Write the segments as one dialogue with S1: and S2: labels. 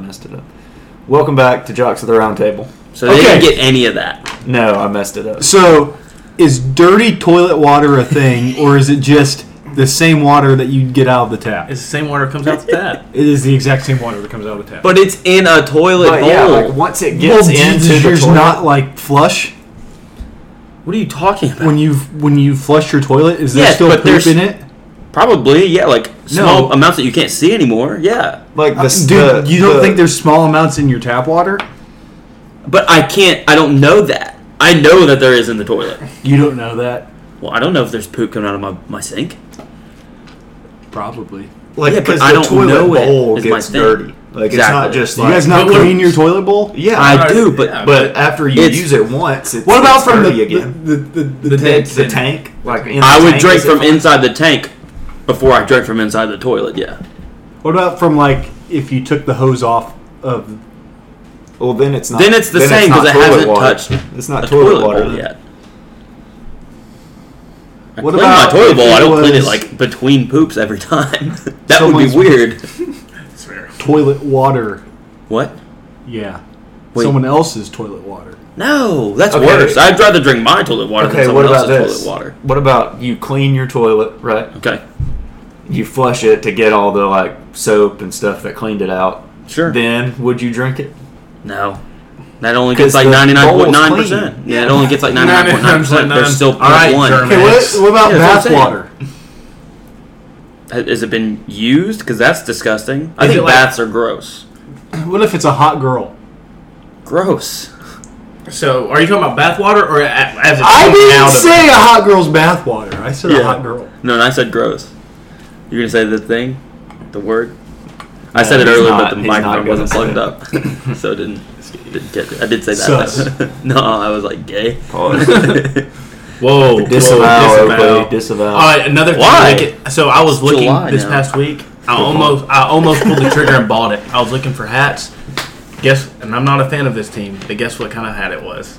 S1: messed it up. Welcome back to Jocks of the Round Table.
S2: So they didn't
S3: Okay.
S2: get any of that.
S1: No, I messed it up.
S3: So, is dirty toilet water a thing, or is it just the same water that you get out of the tap?
S4: It's the same water that comes out the tap.
S3: It is the exact same water that comes out of the tap.
S2: But it's in a toilet
S1: But
S2: bowl.
S1: yeah, like once it gets
S3: well,
S1: into
S3: does
S1: the
S3: yours
S1: toilet,
S3: not like flush
S2: what are you talking about?
S3: when you when you flush your toilet? Is there
S2: Yes,
S3: still
S2: but
S3: poop
S2: there's-
S3: in it?
S2: Probably, yeah, like small amounts that you can't see anymore. Yeah.
S1: like the,
S3: Dude,
S1: the-
S3: you don't
S1: the-
S3: think there's small amounts in your tap water?
S2: But I can't I don't know that. I know that there is in the toilet.
S3: You don't know that,
S2: Well, I don't know if there's poop coming out of my, my sink.
S3: probably.
S1: like
S2: Yeah, but
S1: because
S2: I
S1: the
S2: don't
S1: toilet
S2: know it,
S1: bowl
S2: is my
S1: gets
S2: thing.
S1: dirty. Like it's
S2: Exactly.
S1: not just
S3: Do
S1: like
S3: you guys not
S4: but
S3: clean your toilet bowl?
S1: yeah,
S2: I do, but
S4: Yeah.
S1: but after you
S2: It's-
S1: use it once, it's,
S3: What about
S1: it's
S3: from the
S1: dirty again?
S3: the the, the,
S1: The,
S3: tank?
S1: the tank, like in the
S2: I would
S1: tank,
S2: drink
S1: is it
S2: from
S1: fine?
S2: inside the tank before I drank from inside the toilet, yeah.
S3: What about from like if you took the hose off of?
S1: Well, then it's not.
S2: Then it's the same,
S1: not
S2: 'cause it
S1: toilet
S2: hasn't
S1: water.
S2: touched
S1: It's not
S2: a
S1: toilet, water.
S2: bowl
S1: then.
S2: yet. I
S3: What
S2: clean
S3: about
S2: my toilet
S3: if
S2: bowl.
S3: it
S2: I don't clean it
S3: was-
S2: like between poops every time. that would
S3: Someone's-
S2: be weird.
S4: It's fair.
S3: toilet water.
S2: what?
S3: Yeah.
S2: Wait.
S3: Someone else's toilet water.
S2: No, that's
S1: Okay.
S2: worse. I'd rather drink my toilet water
S1: Okay,
S2: than
S1: what
S2: someone
S1: about
S2: else's
S1: this?
S2: toilet water.
S1: What about you clean your toilet, right?
S2: Okay,
S1: You flush it to get all the like soap and stuff that cleaned it out.
S2: sure.
S1: Then would you drink it?
S2: no, that only
S1: 'Cause
S2: gets like
S1: the
S2: ninety nine point nine
S1: bowl's
S2: percent.
S1: clean.
S2: Yeah, it only gets like ninety nine point nine percent. There's still
S4: All right,
S2: point one.
S4: German.
S3: Okay, what,
S4: Nice.
S3: what about
S2: Yeah, that's
S3: bath
S2: what I'm
S3: water?
S2: Ha- Has it been used? Because that's disgusting. I
S4: Is it
S2: think
S4: like-
S2: baths are gross.
S3: What if it's a hot girl?
S2: Gross.
S4: So, are you talking about bathwater or a- as it
S3: I
S4: comes
S3: didn't
S4: out of-
S3: say a hot girl's bath water. I said
S2: Yeah.
S3: a hot girl.
S2: No, and I said gross. You're gonna say the thing, the word. I
S1: No,
S2: said it
S1: Uh, he's
S2: earlier,
S1: not-
S2: but the
S1: he's not
S2: microphone
S1: gonna
S2: wasn't
S1: say
S2: plugged
S1: it.
S2: up, so it didn't. didn't catch it. I did say that.
S3: Sus.
S2: though. no, I was like gay.
S4: Whoa, whoa,
S1: Disavow,
S4: disavow.
S1: Oakley, disavow.
S4: All right, another thing
S2: Why?
S4: to look at- so I was looking
S2: July
S4: this
S2: now.
S4: past week. I almost I almost pulled the trigger and bought it. I was looking for hats. Guess, and I'm not a fan of this team, but guess what kind of hat it was?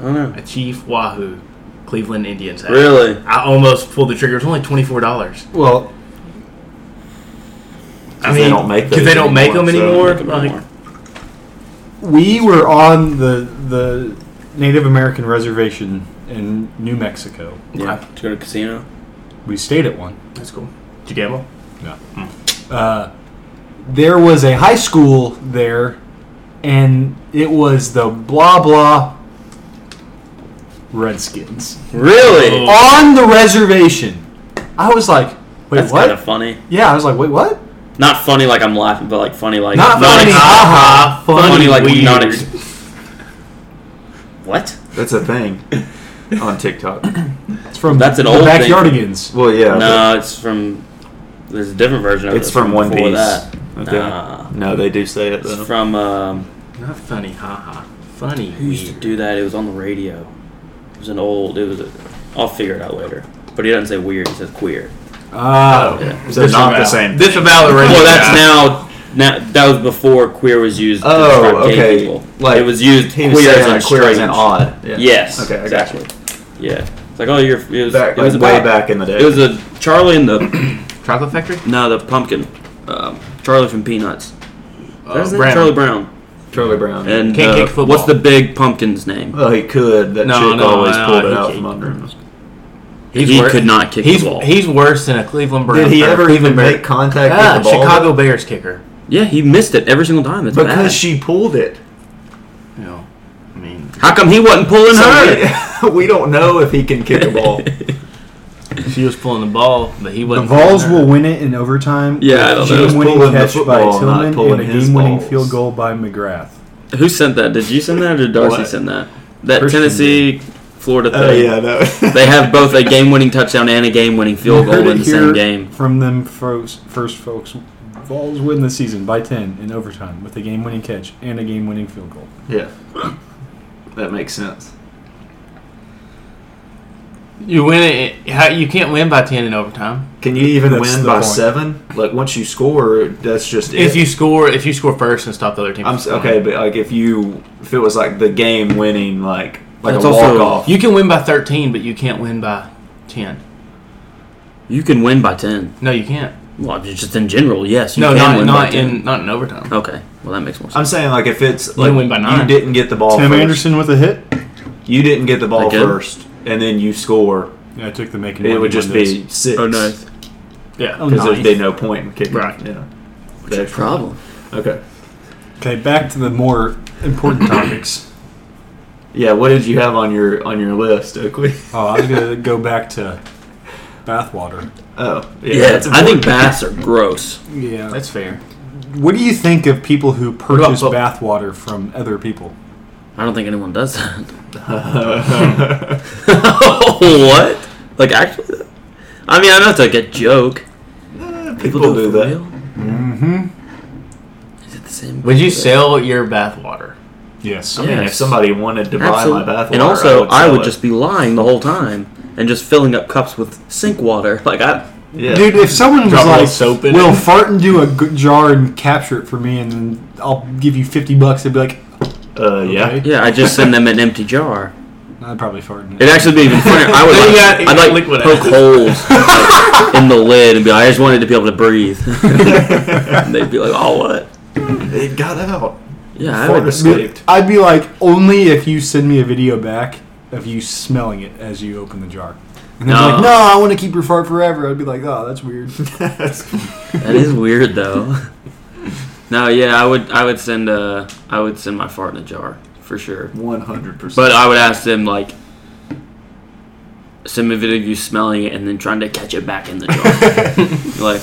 S2: I don't know.
S4: A Chief Wahoo Cleveland Indians hat.
S2: Really?
S4: I almost pulled the trigger. It was only twenty four dollars.
S3: Well,
S4: I
S1: they
S4: mean,
S1: don't make
S4: because
S1: those
S4: they don't make
S1: anymore,
S4: them
S1: so-
S4: anymore.
S2: Make 'em
S4: like,
S2: anymore.
S3: we were on the the Native American reservation in New Mexico.
S2: Yeah. To go to casino.
S3: We stayed at one.
S4: That's cool. Did you gamble?
S3: No. Uh, there was a high school there, and it was the blah blah Redskins
S2: Really?
S4: Oh.
S3: on the reservation. I was like, wait,
S2: That's
S3: what?
S2: kind of funny.
S3: yeah, I was like, wait, what?
S2: Not funny like I'm laughing, but like funny like
S3: Not funny,
S2: ex-
S3: haha,
S2: funny,
S3: funny,
S2: like
S4: weird.
S2: not. Ex- what?
S1: That's a thing on TikTok.
S3: It's from
S2: That's an
S3: the
S2: old thing.
S3: backyardigans.
S1: Well, yeah. but
S2: No, it's from. There's a different version of it.
S1: it's from One
S2: before
S1: Piece.
S2: That.
S1: Okay.
S2: Nah.
S1: No, they do say it though.
S2: It's from um,
S4: Not funny, haha. Funny.
S2: who used to
S4: weird.
S2: do that? It was on the radio. It was an old. It was. A, I'll figure it out later. But he doesn't say weird. He says queer.
S3: Ah,
S1: So not the
S4: Disavow.
S1: same.
S4: Disavow the ring.
S2: Well,
S4: Yeah.
S2: that's now. Now that was before queer was used. to
S1: Oh,
S2: describe gay
S1: okay.
S2: people.
S1: Like,
S2: it was used
S1: He
S2: queer
S1: was
S2: as
S1: saying
S2: in
S1: like queer as in
S2: strange.
S1: odd. Yeah.
S2: Yes.
S1: Okay, I got
S2: exactly. Yeah. It's like oh, you're. It was,
S1: Back,
S2: it was
S1: like, way
S2: about-
S1: back in the day.
S2: It was a Charlie and the
S4: Chocolate Factory.
S2: no the pumpkin, um, Charlie from Peanuts.
S4: Uh,
S2: That's
S4: Brown.
S2: Charlie Brown.
S1: Charlie Brown.
S2: And
S4: Can't
S2: uh,
S4: kick football.
S2: what's the big pumpkin's name?
S1: well, he could. That
S4: No,
S1: chick
S4: no,
S1: always
S4: no,
S1: pulled it
S4: he
S1: out
S4: can't.
S1: from under him.
S4: He's
S2: he
S4: wor-
S2: could not kick
S4: He's
S2: the ball.
S4: he's worse than a Cleveland Brown.
S1: Did he
S4: or
S1: ever even
S4: Cleveland Bear-
S1: make contact
S4: Ah,
S1: with the ball?
S4: Chicago Bears kicker?
S2: yeah, he missed it every single time. It's
S1: Because
S2: bad.
S1: she pulled it.
S4: You know, I mean,
S2: How come he wasn't pulling her?
S1: So we, we don't know if he can kick a ball.
S4: she was pulling the ball, but he
S3: the
S4: wasn't.
S3: Vols will win it in overtime.
S2: Yeah, I don't know. Just
S3: Game-winning
S1: pulling the
S3: catch by
S1: football, not
S3: Tillman and
S1: pulling
S3: a
S1: his
S3: game-winning
S1: balls.
S3: field goal by McGrath.
S2: Who sent that? Did you send that or did Darcy
S1: What?
S2: send that? That
S3: Christian
S2: Tennessee Florida thing.
S1: Oh yeah, that.
S2: They have both a game-winning touchdown and a game-winning
S3: You
S2: field
S3: heard
S2: goal in the
S3: it here
S2: same game.
S3: From them folks, first folks, Vols win the season by 10 in overtime with a game winning catch and a game winning field goal.
S1: yeah, that makes sense.
S4: You win it. How, you can't win by ten in overtime.
S1: Can you even
S3: That's
S1: win
S3: the
S1: by
S3: point.
S1: seven? Like once you score, that's just it.
S4: If you score, if you score first and stop the other team,
S1: I'm s- okay, but like if you if it was like the game winning like like
S2: That's
S1: a
S2: also-
S1: walk off.
S4: You can win by thirteen, but you can't win by ten.
S2: You can win by ten.
S4: No, you can't.
S2: Well, just in general, yes. You
S4: No,
S2: can
S4: not
S2: win by
S4: not
S2: 10.
S4: in not in overtime.
S2: Okay, well that makes more sense.
S1: I'm saying like if it's
S4: didn't
S1: like
S4: win by
S1: you
S4: nine.
S1: didn't get the ball
S3: Tim
S1: first,
S3: Anderson with a hit.
S1: you didn't get the ball
S2: I did.
S1: first, and then you score,
S3: Yeah, I took the making.
S1: it would just be six.
S2: oh no,
S4: Yeah.
S3: Oh,
S1: because
S3: Nice.
S1: there's been no point in kicking.
S4: Right.
S1: Yeah.
S2: what's your problem?
S1: Okay.
S3: okay. Back to the more important topics.
S1: Yeah. What did you have on your on your list, Oakley?
S3: Oh, I was gonna go back to bathwater.
S1: Oh, yeah.
S2: Yeah,
S1: that's
S2: I
S1: important.
S2: think baths are gross.
S3: Yeah.
S4: That's fair.
S3: What do you think of people who purchase
S4: What
S3: bathwater from other people?
S2: I don't think anyone does that.
S1: Um,
S2: what? Like actually, I mean I know it's like a joke.
S1: people, do
S2: for
S1: that.
S2: real?
S3: Mm-hmm.
S2: Is it the same?
S4: Would you
S2: thing?
S4: sell your bathwater?
S3: Yes.
S1: I mean, if
S2: Yes.
S1: somebody wanted to
S2: Absolute-
S1: buy my bathwater,
S2: And also, I would,
S1: sell it.
S2: just be lying the whole time and just filling up cups with sink water. Like I,
S1: yeah. Uh,
S3: Dude, if someone was
S4: Drop a little
S3: like,
S4: soap in
S3: "Will
S4: it.
S3: Farton do a g- jar and capture it for me, and then I'll give you fifty bucks," I'd be like,
S1: Uh, yeah.
S3: Okay.
S2: yeah, I just send them an empty jar.
S3: "I'd probably fart in
S2: It'd
S3: it."
S2: actually be even funnier. I would
S4: Then you
S2: like,
S4: got- you
S2: I'd
S4: got
S2: like
S4: liquid
S2: poke
S4: asses.
S2: holes in the lid and be like, I just wanted to be able to breathe. and they'd be like, oh what?
S1: It got out.
S2: Yeah, I
S1: Fart
S2: would.
S1: escaped.
S3: I'd be like, "Only if you send me a video back of you smelling it as you open the jar." And they're
S2: No.
S3: like, "No, I want to keep your fart forever." I'd be like, "Oh, that's weird."
S2: That is weird though. no, yeah, I would. I would send. Uh, I would send my fart in a jar for sure.
S1: One hundred percent.
S2: But I would ask them like, send me a video of you smelling it and then trying to catch it back in the jar, like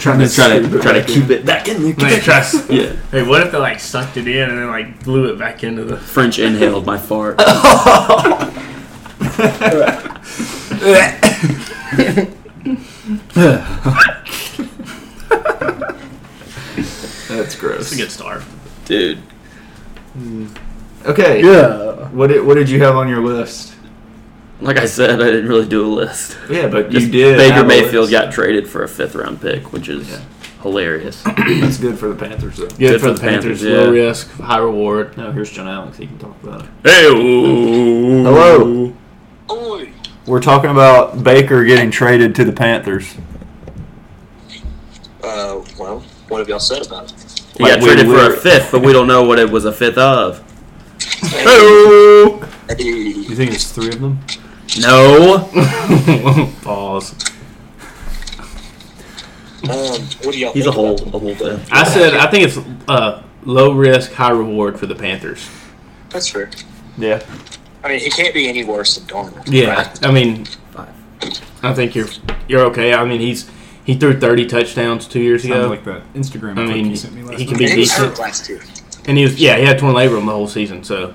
S1: trying
S2: and trying to try to keep it back in there.
S4: Like, try, s-
S2: Yeah,
S4: hey, what if they like sucked it in and then like blew it back into the?
S2: French inhaled my fart.
S1: That's
S4: That's a
S1: gross.
S4: good start.
S2: Dude,
S1: Okay.
S3: yeah.
S1: What did What did you have on your list?
S2: like I said, I didn't really do a list.
S1: Yeah, but
S2: Just
S1: you did.
S2: Baker
S1: have a
S2: Mayfield
S1: list.
S2: got traded for a fifth round pick, which is
S1: Yeah.
S2: hilarious.
S1: That's good for the Panthers though.
S4: Good,
S2: Good
S4: for, the Panthers.
S2: yeah.
S4: Low risk, high reward.
S1: No, here's John Alex. He can talk about it.
S2: hey,
S1: Hello.
S2: hello.
S5: Oi,
S1: We're talking about Baker getting traded to the Panthers.
S5: uh, well, what have y'all said about it?
S2: He
S1: Like,
S2: got
S1: we
S2: traded for
S1: literally-
S2: a fifth, but we don't know what it was a fifth of.
S5: Hey,
S3: You think it's three of them?
S2: No.
S4: Pause.
S5: um, what do y'all
S2: He's
S5: think
S2: a whole,
S5: about
S2: a whole fifth.
S4: I said I think it's uh, low risk, high reward for the Panthers.
S5: it? That's fair.
S1: Yeah.
S5: I mean, he can't be any worse than Darnold.
S4: Yeah, I mean,
S2: Five.
S4: I think you're you're okay. I mean, he's he threw thirty touchdowns two years
S3: Sounds
S4: ago,
S3: like that Instagram
S4: I
S3: clip
S4: mean,
S3: you sent me last
S4: he can
S5: And
S3: night.
S5: he was
S4: decent.
S5: hurt last year.
S4: and he was yeah he had torn labrum the whole season. So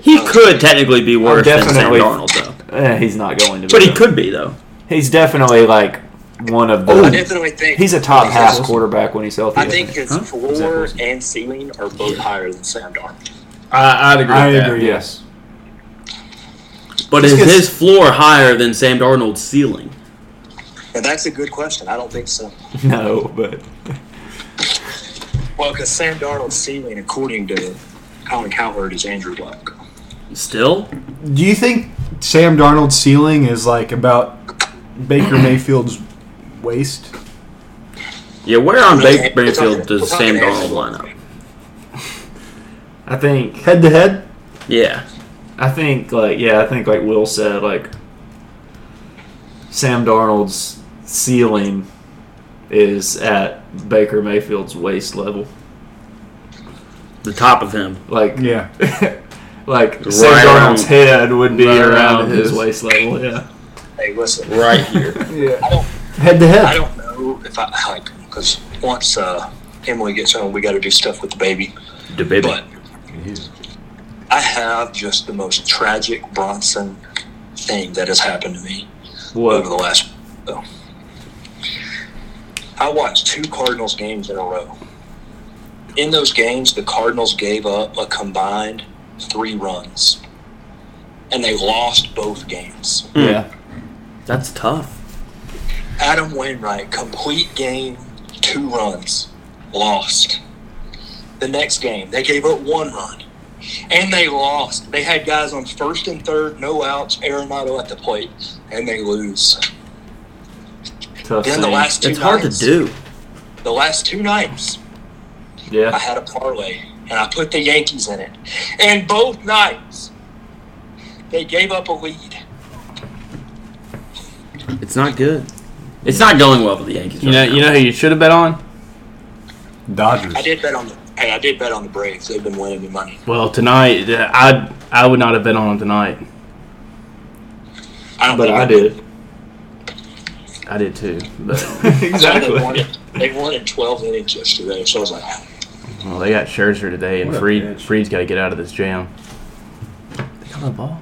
S2: He could technically be worse than Sam
S1: definitely-
S2: Darnold, though.
S1: Eh, he's not going to. Be
S2: But he
S1: though.
S2: could be, though.
S1: He's definitely like one of the.
S5: I definitely think
S1: Oh. he's a top
S5: I think
S1: half
S5: his-
S1: quarterback when he's healthy.
S5: I think his
S2: Huh?
S1: Zach
S5: floor
S1: Wilson.
S5: and ceiling are both higher than Sam Darnold.
S4: I, I'd agree.
S3: I
S4: with
S3: agree.
S1: Yes.
S2: But
S3: Just
S2: is
S3: 'cause-
S2: his floor higher than Sam Darnold's ceiling?
S5: And that's a good question. I don't think so.
S1: No, but
S5: Well, because Sam Darnold's ceiling, according to Colin Cowherd, is Andrew Luck.
S2: Still?
S3: Do you think Sam Darnold's ceiling is like about Baker Mayfield's waist?
S2: Yeah, where on
S5: Okay,
S2: Baker
S5: we're talking-
S2: Mayfield
S5: we're
S2: does
S5: talking
S2: Sam Darnold
S5: Andrew
S2: line
S5: Luck.
S2: up?
S1: I think
S3: Head to head?
S2: Yeah.
S1: I think like yeah, I think like Will said like Sam Darnold's ceiling is at Baker Mayfield's waist level.
S2: The top of him.
S1: Like
S3: Yeah.
S1: like
S2: Right
S1: Sam Darnold's
S2: around-
S1: head would be
S4: right
S1: around,
S4: around
S1: his.
S4: his.
S1: waist level. Yeah.
S5: Hey, listen.
S2: Right here.
S3: yeah.
S5: I don't
S3: Head to
S5: I
S3: head.
S5: don't know if I like because once uh, Emily gets home, we got to do stuff with the baby.
S2: the baby.
S5: But I have just the most tragic Bronson thing that has happened to me over the
S1: What?
S5: last. So. I watched two Cardinals games in a row. In those games, the Cardinals gave up a combined three runs, and they lost both games.
S4: Hmm.
S1: Yeah.
S2: That's tough.
S5: Adam Wainwright, complete game, two runs, lost. The next game, they gave up one run, and they lost. They had guys on first and third, no outs, Arenado at the plate, and they lose.
S1: Tough
S5: Then the
S1: scene.
S5: last two
S2: It's hard to
S5: nights-
S2: do.
S5: The last two nights, I
S1: Yeah.
S5: had a parlay and I put the Yankees in it. And both nights, they gave up a lead.
S2: It's not good. It's not going well for the Yankees.
S6: You know,
S2: right
S6: you know who you should have bet on?
S3: Dodgers.
S5: I did bet on the hey, I did bet on the Braves. They've been winning me money.
S6: Well, tonight uh, I I would not have bet on them tonight.
S5: I don't
S1: But
S5: think
S1: I did.
S6: I did too. But
S5: They won, it- they won in 12 innings yesterday, so I was like, "Ah,
S6: well, they got Scherzer today, and
S3: What a
S6: Freed
S3: bitch.
S6: Freed's got to get out of this jam. They got the ball.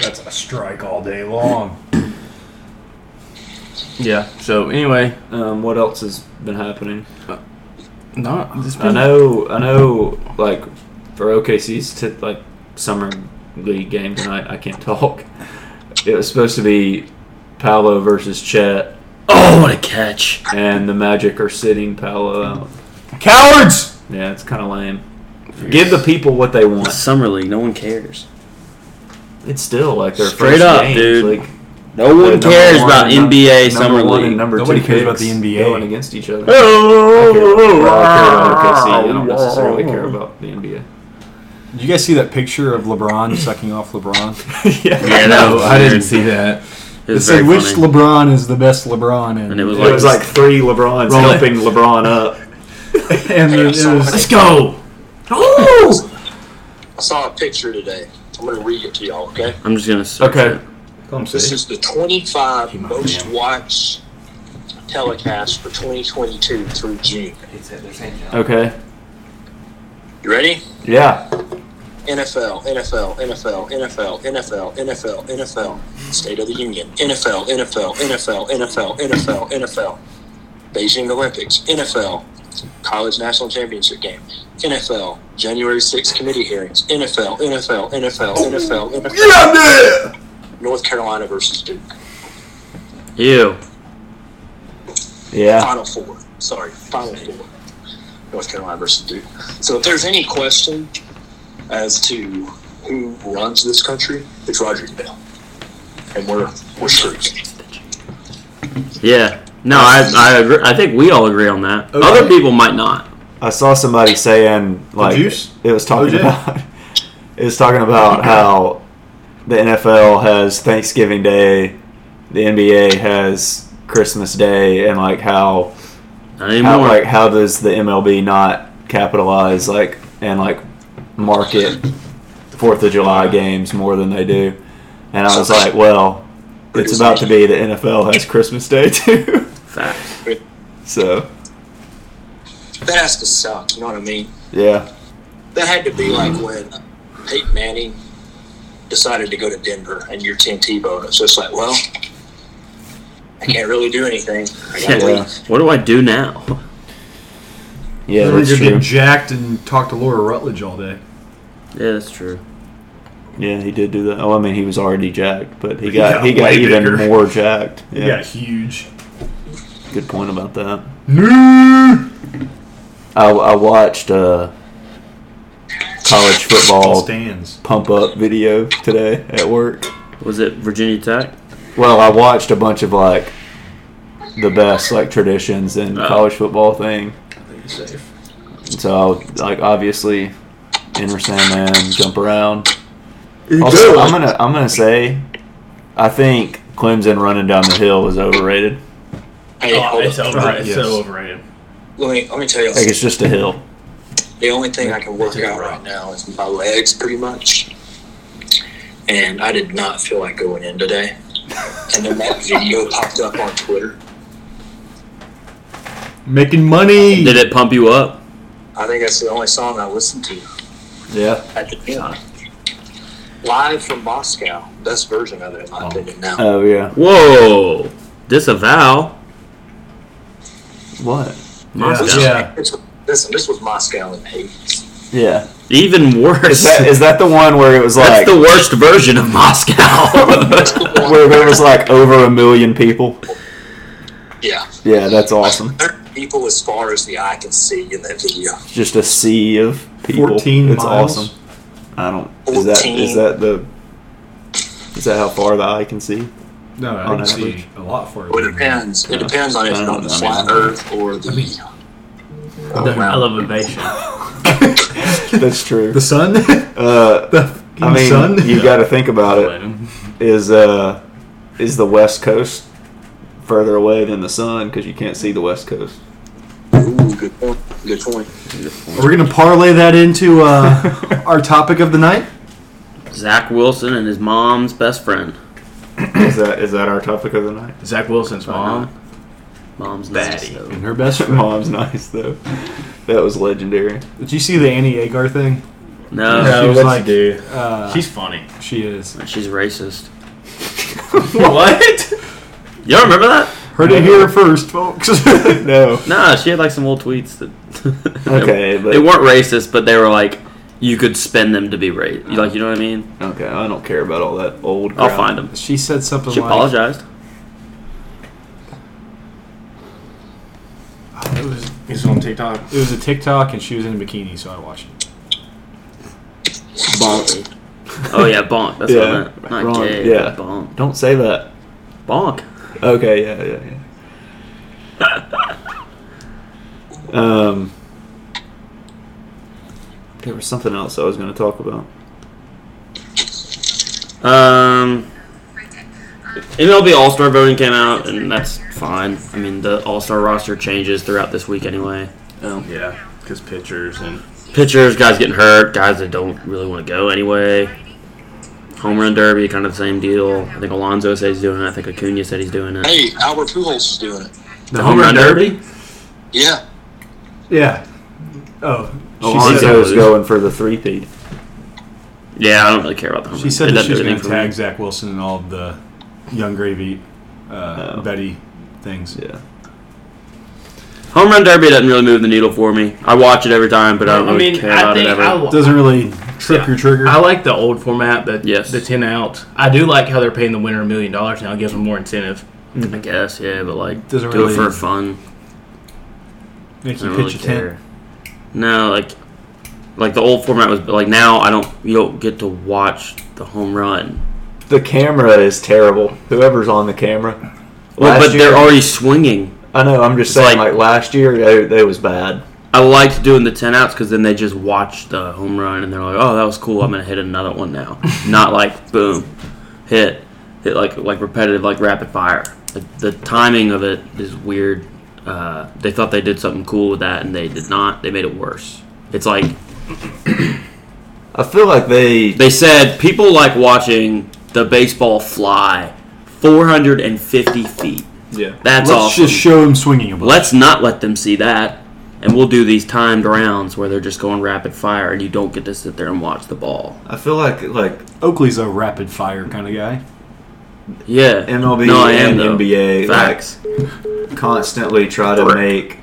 S3: That's a strike all day long.
S6: Yeah. So anyway,
S1: Um, what else has been happening?
S6: not this.
S4: Um,
S1: I know, I know. Like for OKC's t- like summer league game tonight, I can't talk. It was supposed to be Paolo versus Chet,
S2: Oh, what a catch!
S1: and the Magic are sitting Paolo out.
S3: Cowards!
S1: Yeah, it's kind of lame. Give the people what they
S2: It's
S1: want.
S2: summer league. No one cares.
S1: It's still like their
S2: Straight
S1: first
S2: up,
S1: game.
S2: dude.
S1: Like,
S2: No one
S1: number
S2: cares
S1: one
S2: about
S1: and num-
S2: NBA
S1: number one
S2: summer
S1: and
S2: league. Oh,
S1: number
S3: Nobody
S1: two
S3: cares about
S1: picks
S3: the NBA.
S1: going against each other. I care about OKC. I don't necessarily care
S2: Oh,
S1: about the NBA.
S3: Did you guys see that picture of LeBron sucking off LeBron?
S2: Yeah, that was
S3: I didn't
S2: weird.
S3: see that.
S2: It
S3: It
S2: was
S3: said
S2: very
S3: which
S2: funny.
S3: LeBron is the best LeBron, and,
S2: And it was
S1: It
S2: like,
S1: was like three LeBrons
S3: Roll it.
S1: helping LeBron up.
S3: and
S5: Hey, I
S3: it
S5: saw
S3: was-
S5: that.
S4: Let's go.
S5: I saw a picture today. I'm going to read it to y'all, okay?
S2: I'm just gonna. search
S1: Okay.
S2: it.
S5: This is the 25 most watched telecast for 2022 through June.
S1: Okay.
S5: You ready?
S1: Yeah.
S5: NFL, NFL, NFL, NFL, NFL, NFL, NFL, State of the Union, NFL, NFL, NFL, NFL, NFL, NFL, Beijing Olympics, NFL, College National Championship Game, NFL, January 6th committee hearings, NFL, NFL, NFL, NFL, NFL, North Carolina versus Duke,
S2: Ew.
S1: Yeah.
S5: Final Four, sorry, Final Four, North Carolina versus Duke. So if there's any question as to who runs this country, it's Roger Goodell. And we're, we're screwed.
S2: Yeah. No, I I, agree. I think we all agree on that.
S3: Okay.
S2: Other people might not.
S1: I saw somebody saying like
S3: juice?
S1: it was talking
S3: OJ?
S1: about it was talking about how the NFL has Thanksgiving Day, the NBA has Christmas Day, and like how
S2: Not anymore.
S1: how like how does the MLB not capitalize like and like market Fourth of July games more than they do? And I was like, well, it's about to be the NFL has Christmas Day too.
S2: Facts.
S1: so
S5: That has to suck. You know what I mean?
S1: yeah,
S5: That had to be like when Peyton Manning decided to go to Denver and your team Tebow. It's just like, well, I can't really do anything. I
S2: Yeah.
S5: gotta leave.
S2: What do I do now?
S1: yeah,
S3: We're
S1: that's
S3: gonna
S1: true.
S3: get jacked and talk to Laura Rutledge all day.
S2: Yeah, that's true.
S1: Yeah, he did do that. Oh, I mean, he was already jacked, but he got
S3: got
S1: he got
S3: way
S1: even
S3: bigger.
S1: more jacked. Yeah,
S3: huge.
S1: good point about that.
S3: No.
S1: Mm. I, I watched uh, college football
S3: stands.
S1: pump up video today at work.
S2: Was it Virginia Tech?
S1: Well, I watched a bunch of like the best like traditions in
S2: Oh.
S1: college football thing. So like obviously, inner Sandman jump around. Also, I'm gonna I'm gonna say, I think Clemson running down the hill was overrated.
S5: Hey, hold
S4: Oh, it's
S5: up.
S4: overrated. It's
S3: Yes.
S4: so overrated.
S5: Let me let me tell you.
S1: Like it's just a hill.
S5: The only thing I can work out right now is my legs, pretty much. And I did not feel like going in today. And then that video popped up on Twitter.
S3: Making money.
S2: Did it pump you up?
S5: I think that's the only song I listened to.
S1: Yeah.
S5: at the time. Live from Moscow, best version of it in my opinion. Now
S1: Oh yeah.
S4: Oh,
S2: Whoa! Disavow.
S1: What?
S2: Moscow.
S3: Yeah.
S5: This- listen, this was Moscow in Hades.
S1: Yeah.
S2: Even worse.
S1: Is that is that the one where it was like
S2: That's the worst version of Moscow.
S1: where there was like over a million people?
S5: Yeah,
S1: Yeah, that's awesome.
S5: there are people as far as the eye can see in that video.
S1: Just a sea of people.
S3: Fourteen
S1: it's
S3: miles.
S1: awesome. I don't. Is that is that the? Is that how far the eye can see?
S3: No, I
S1: On
S3: can
S1: average.
S3: see a lot for
S5: Well, it depends. It depends on if you're on the flat Earth or the. or
S4: I
S5: round.
S4: love ovation.
S1: That's true.
S3: The sun? the
S1: Uh,
S3: fucking
S1: I mean,
S3: sun?
S1: you got to think about it. Is uh, is the West Coast further away than the sun because you can't see the West Coast?
S5: Ooh, good point. Good point.
S3: Are we going to parlay that into uh, our topic of the night?
S2: Zach Wilson and his mom's best friend.
S1: Is that is that our topic of the night?
S4: Zach Wilson's mom.
S2: Mom's nice,
S4: Batty.
S2: though.
S3: And her best
S1: Mom's nice though. That was legendary.
S3: Did you see the Annie Agar thing?
S2: No,
S3: Yeah. she was like-
S4: do?
S3: Uh,
S4: She's funny.
S3: she is.
S2: she's racist.
S4: what?
S2: Y'all remember that?
S3: Heard it here first, folks.
S1: No.
S2: No, she had like some old tweets that. they-
S1: Okay, but-
S2: they weren't racist, but they were like, you could spend them to be racist. Like, you know what I mean?
S1: Okay, I don't care about all that old.
S2: I'll
S1: ground.
S2: find them.
S3: she said something
S2: She
S3: like,
S2: apologized.
S3: Uh, It, was,
S4: He's on TikTok.
S3: it was a TikTok and she was in a bikini, so I watched it.
S5: Bonk.
S2: Oh yeah, bonk. That's what I
S1: Yeah,
S2: meant. Not
S1: wrong,
S2: gay.
S1: yeah.
S2: but bonk.
S1: Don't say that.
S2: Bonk.
S1: Okay, yeah, yeah, yeah. um, there was something else I was going to talk about.
S2: Um, MLB All Star voting came out, and that's fine. I mean, the All Star roster changes throughout this week anyway.
S4: Oh, Yeah, because pictures and
S2: Pitchers, guys getting hurt, guys that don't really want to go anyway. Home run derby, kind of the same deal. I think Alonso said he's doing it. I think Acuna said he's doing it.
S5: Hey, Albert Pujols is doing it.
S2: The home run derby?
S5: Yeah.
S3: Yeah. Oh. She said,
S2: Alonso.
S1: Alonso's going for the three-peat.
S2: Yeah, I don't really care about the home
S3: she
S2: run.
S3: said
S2: It
S3: that
S2: doesn't
S3: she was
S2: do
S3: going to
S2: anything for me.
S3: tag Zach Wilson in all of the Young Gravy uh,
S1: Oh.
S3: Betty things.
S1: Yeah.
S2: Home run derby doesn't really move the needle for me. I watch it every time, but I don't
S4: I
S2: really
S4: mean,
S2: care
S4: I
S2: about
S4: think
S2: it ever.
S4: I will-
S3: Doesn't really trip
S4: Yeah.
S3: your trigger.
S4: I like the old format, the
S2: Yes.
S4: the ten out. I do like how they're paying the winner a million dollars now. It gives them more incentive.
S2: I guess, yeah, but like,
S3: Doesn't
S2: do
S3: really-
S2: it for fun.
S3: Make
S2: I
S3: you
S2: don't
S3: pitch
S2: really
S3: a tent.
S2: care. No, like, like the old format was, but like now I don't. You don't get to watch the home run.
S1: The camera is terrible. Whoever's on the camera.
S2: Well,
S1: Last
S2: but they're
S1: year-
S2: already swinging.
S1: I know. I'm just
S2: It's
S1: saying.
S2: like-
S1: Like, last year, it, it was bad.
S2: I liked doing the ten outs because then they just watch the home run and they're like, "Oh, that was cool. I'm gonna hit another one now." Not like boom, hit, hit like like repetitive, like rapid fire. Like, the timing of it is weird. Uh, they thought they did something cool with that, and they did not. They made it worse. It's like
S1: I feel like they.
S2: They said people like watching the baseball fly 450 feet.
S1: yeah.
S2: That's
S3: Let's
S2: awesome.
S3: just show him swinging a bunch.
S2: Let's not let them see that. And we'll do these timed rounds where they're just going rapid fire and you don't get to sit there and watch the ball.
S1: I feel like like
S3: Oakley's a rapid fire kind of guy.
S2: Yeah.
S1: MLB
S2: No, I am,
S1: and
S2: though.
S1: NBA
S2: Facts.
S1: like constantly try to make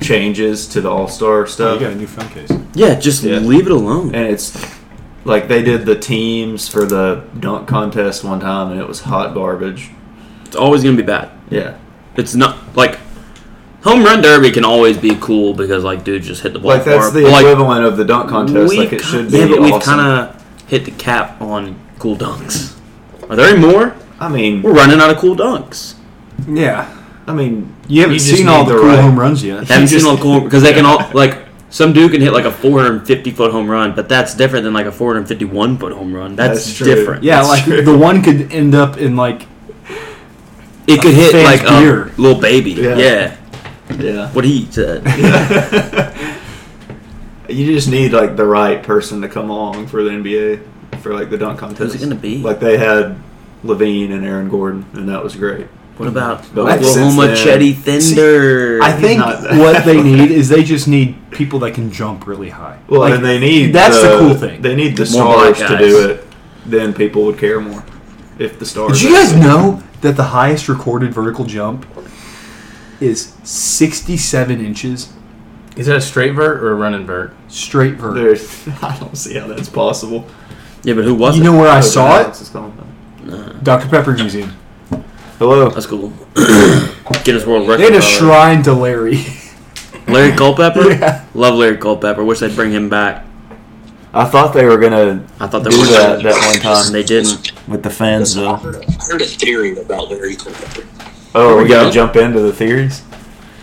S1: changes to the All Star
S3: Oh,
S1: stuff.
S3: you got a new phone case.
S2: Yeah, just
S1: Yeah.
S2: leave it alone.
S1: and it's like they did the teams for the dunk contest one time and it was hot garbage
S2: It's always going to be bad.
S1: yeah
S2: It's not like home run derby can always be cool because like dude just hit the ball
S1: like that's
S2: far,
S1: the
S2: but, like,
S1: equivalent of the dunk contest
S2: We've
S1: like it
S2: ki-
S1: should be
S2: Yeah, but we've
S1: awesome.
S2: kind of hit the cap on cool dunks. Are there any more?
S1: i mean
S2: We're running out of cool dunks.
S3: Yeah.
S1: i mean
S3: You haven't
S1: You just
S3: seen all
S1: need
S3: the
S1: the
S3: cool
S1: right-
S3: home runs yet.
S2: Haven't seen all the cool because they can all like some dude can hit like a 450 foot home run, but that's different than like a 451 foot home run. That's,
S1: That's true.
S2: different.
S3: Yeah,
S1: That's
S3: like
S1: true.
S3: the one could end up in like
S2: it could hit like
S3: Fan's beer.
S2: a little baby.
S1: Yeah.
S2: Yeah.
S1: yeah
S2: what he said.
S1: you just need like the right person to come along for the nba for like the dunk contest
S2: Who's it gonna be?
S1: like they had levine and aaron gordon and that was great
S2: What about
S1: But
S3: like,
S2: Oklahoma
S1: since then-
S2: Chetty Thunder?
S3: I think
S1: not that.
S3: what they need is they just need people that can jump really high.
S1: well
S3: Like,
S1: and they need
S3: that's the cool thing.
S1: they need the
S2: More black
S1: stars to
S2: guys.
S1: do it then people would care more if the stars
S3: Did you guys know that the highest recorded vertical jump is 67 inches
S4: Is that a straight vert or a running vert?
S3: straight vertical?
S1: There's, I don't see how that's possible.
S2: yeah, but who was
S3: You
S2: it?
S3: know where I
S1: Open
S3: saw
S1: house
S3: it?
S1: is gone.
S3: Dr. Pepper Museum.
S1: Hello.
S2: That's cool. Guinness World
S3: They
S2: Record.
S3: had a
S2: by the way.
S3: shrine to Larry.
S2: Larry Culpepper?
S3: Yeah.
S2: Love Larry Culpepper. Wish they'd bring him back.
S1: I thought they were gonna
S2: I thought they
S1: do
S2: were
S1: that
S2: that,
S1: that one time.
S2: and they didn't.
S1: with the fans
S5: I
S1: though.
S5: heard, I heard a theory about Larry Culpepper.
S1: Oh, we gotta jump into the theories.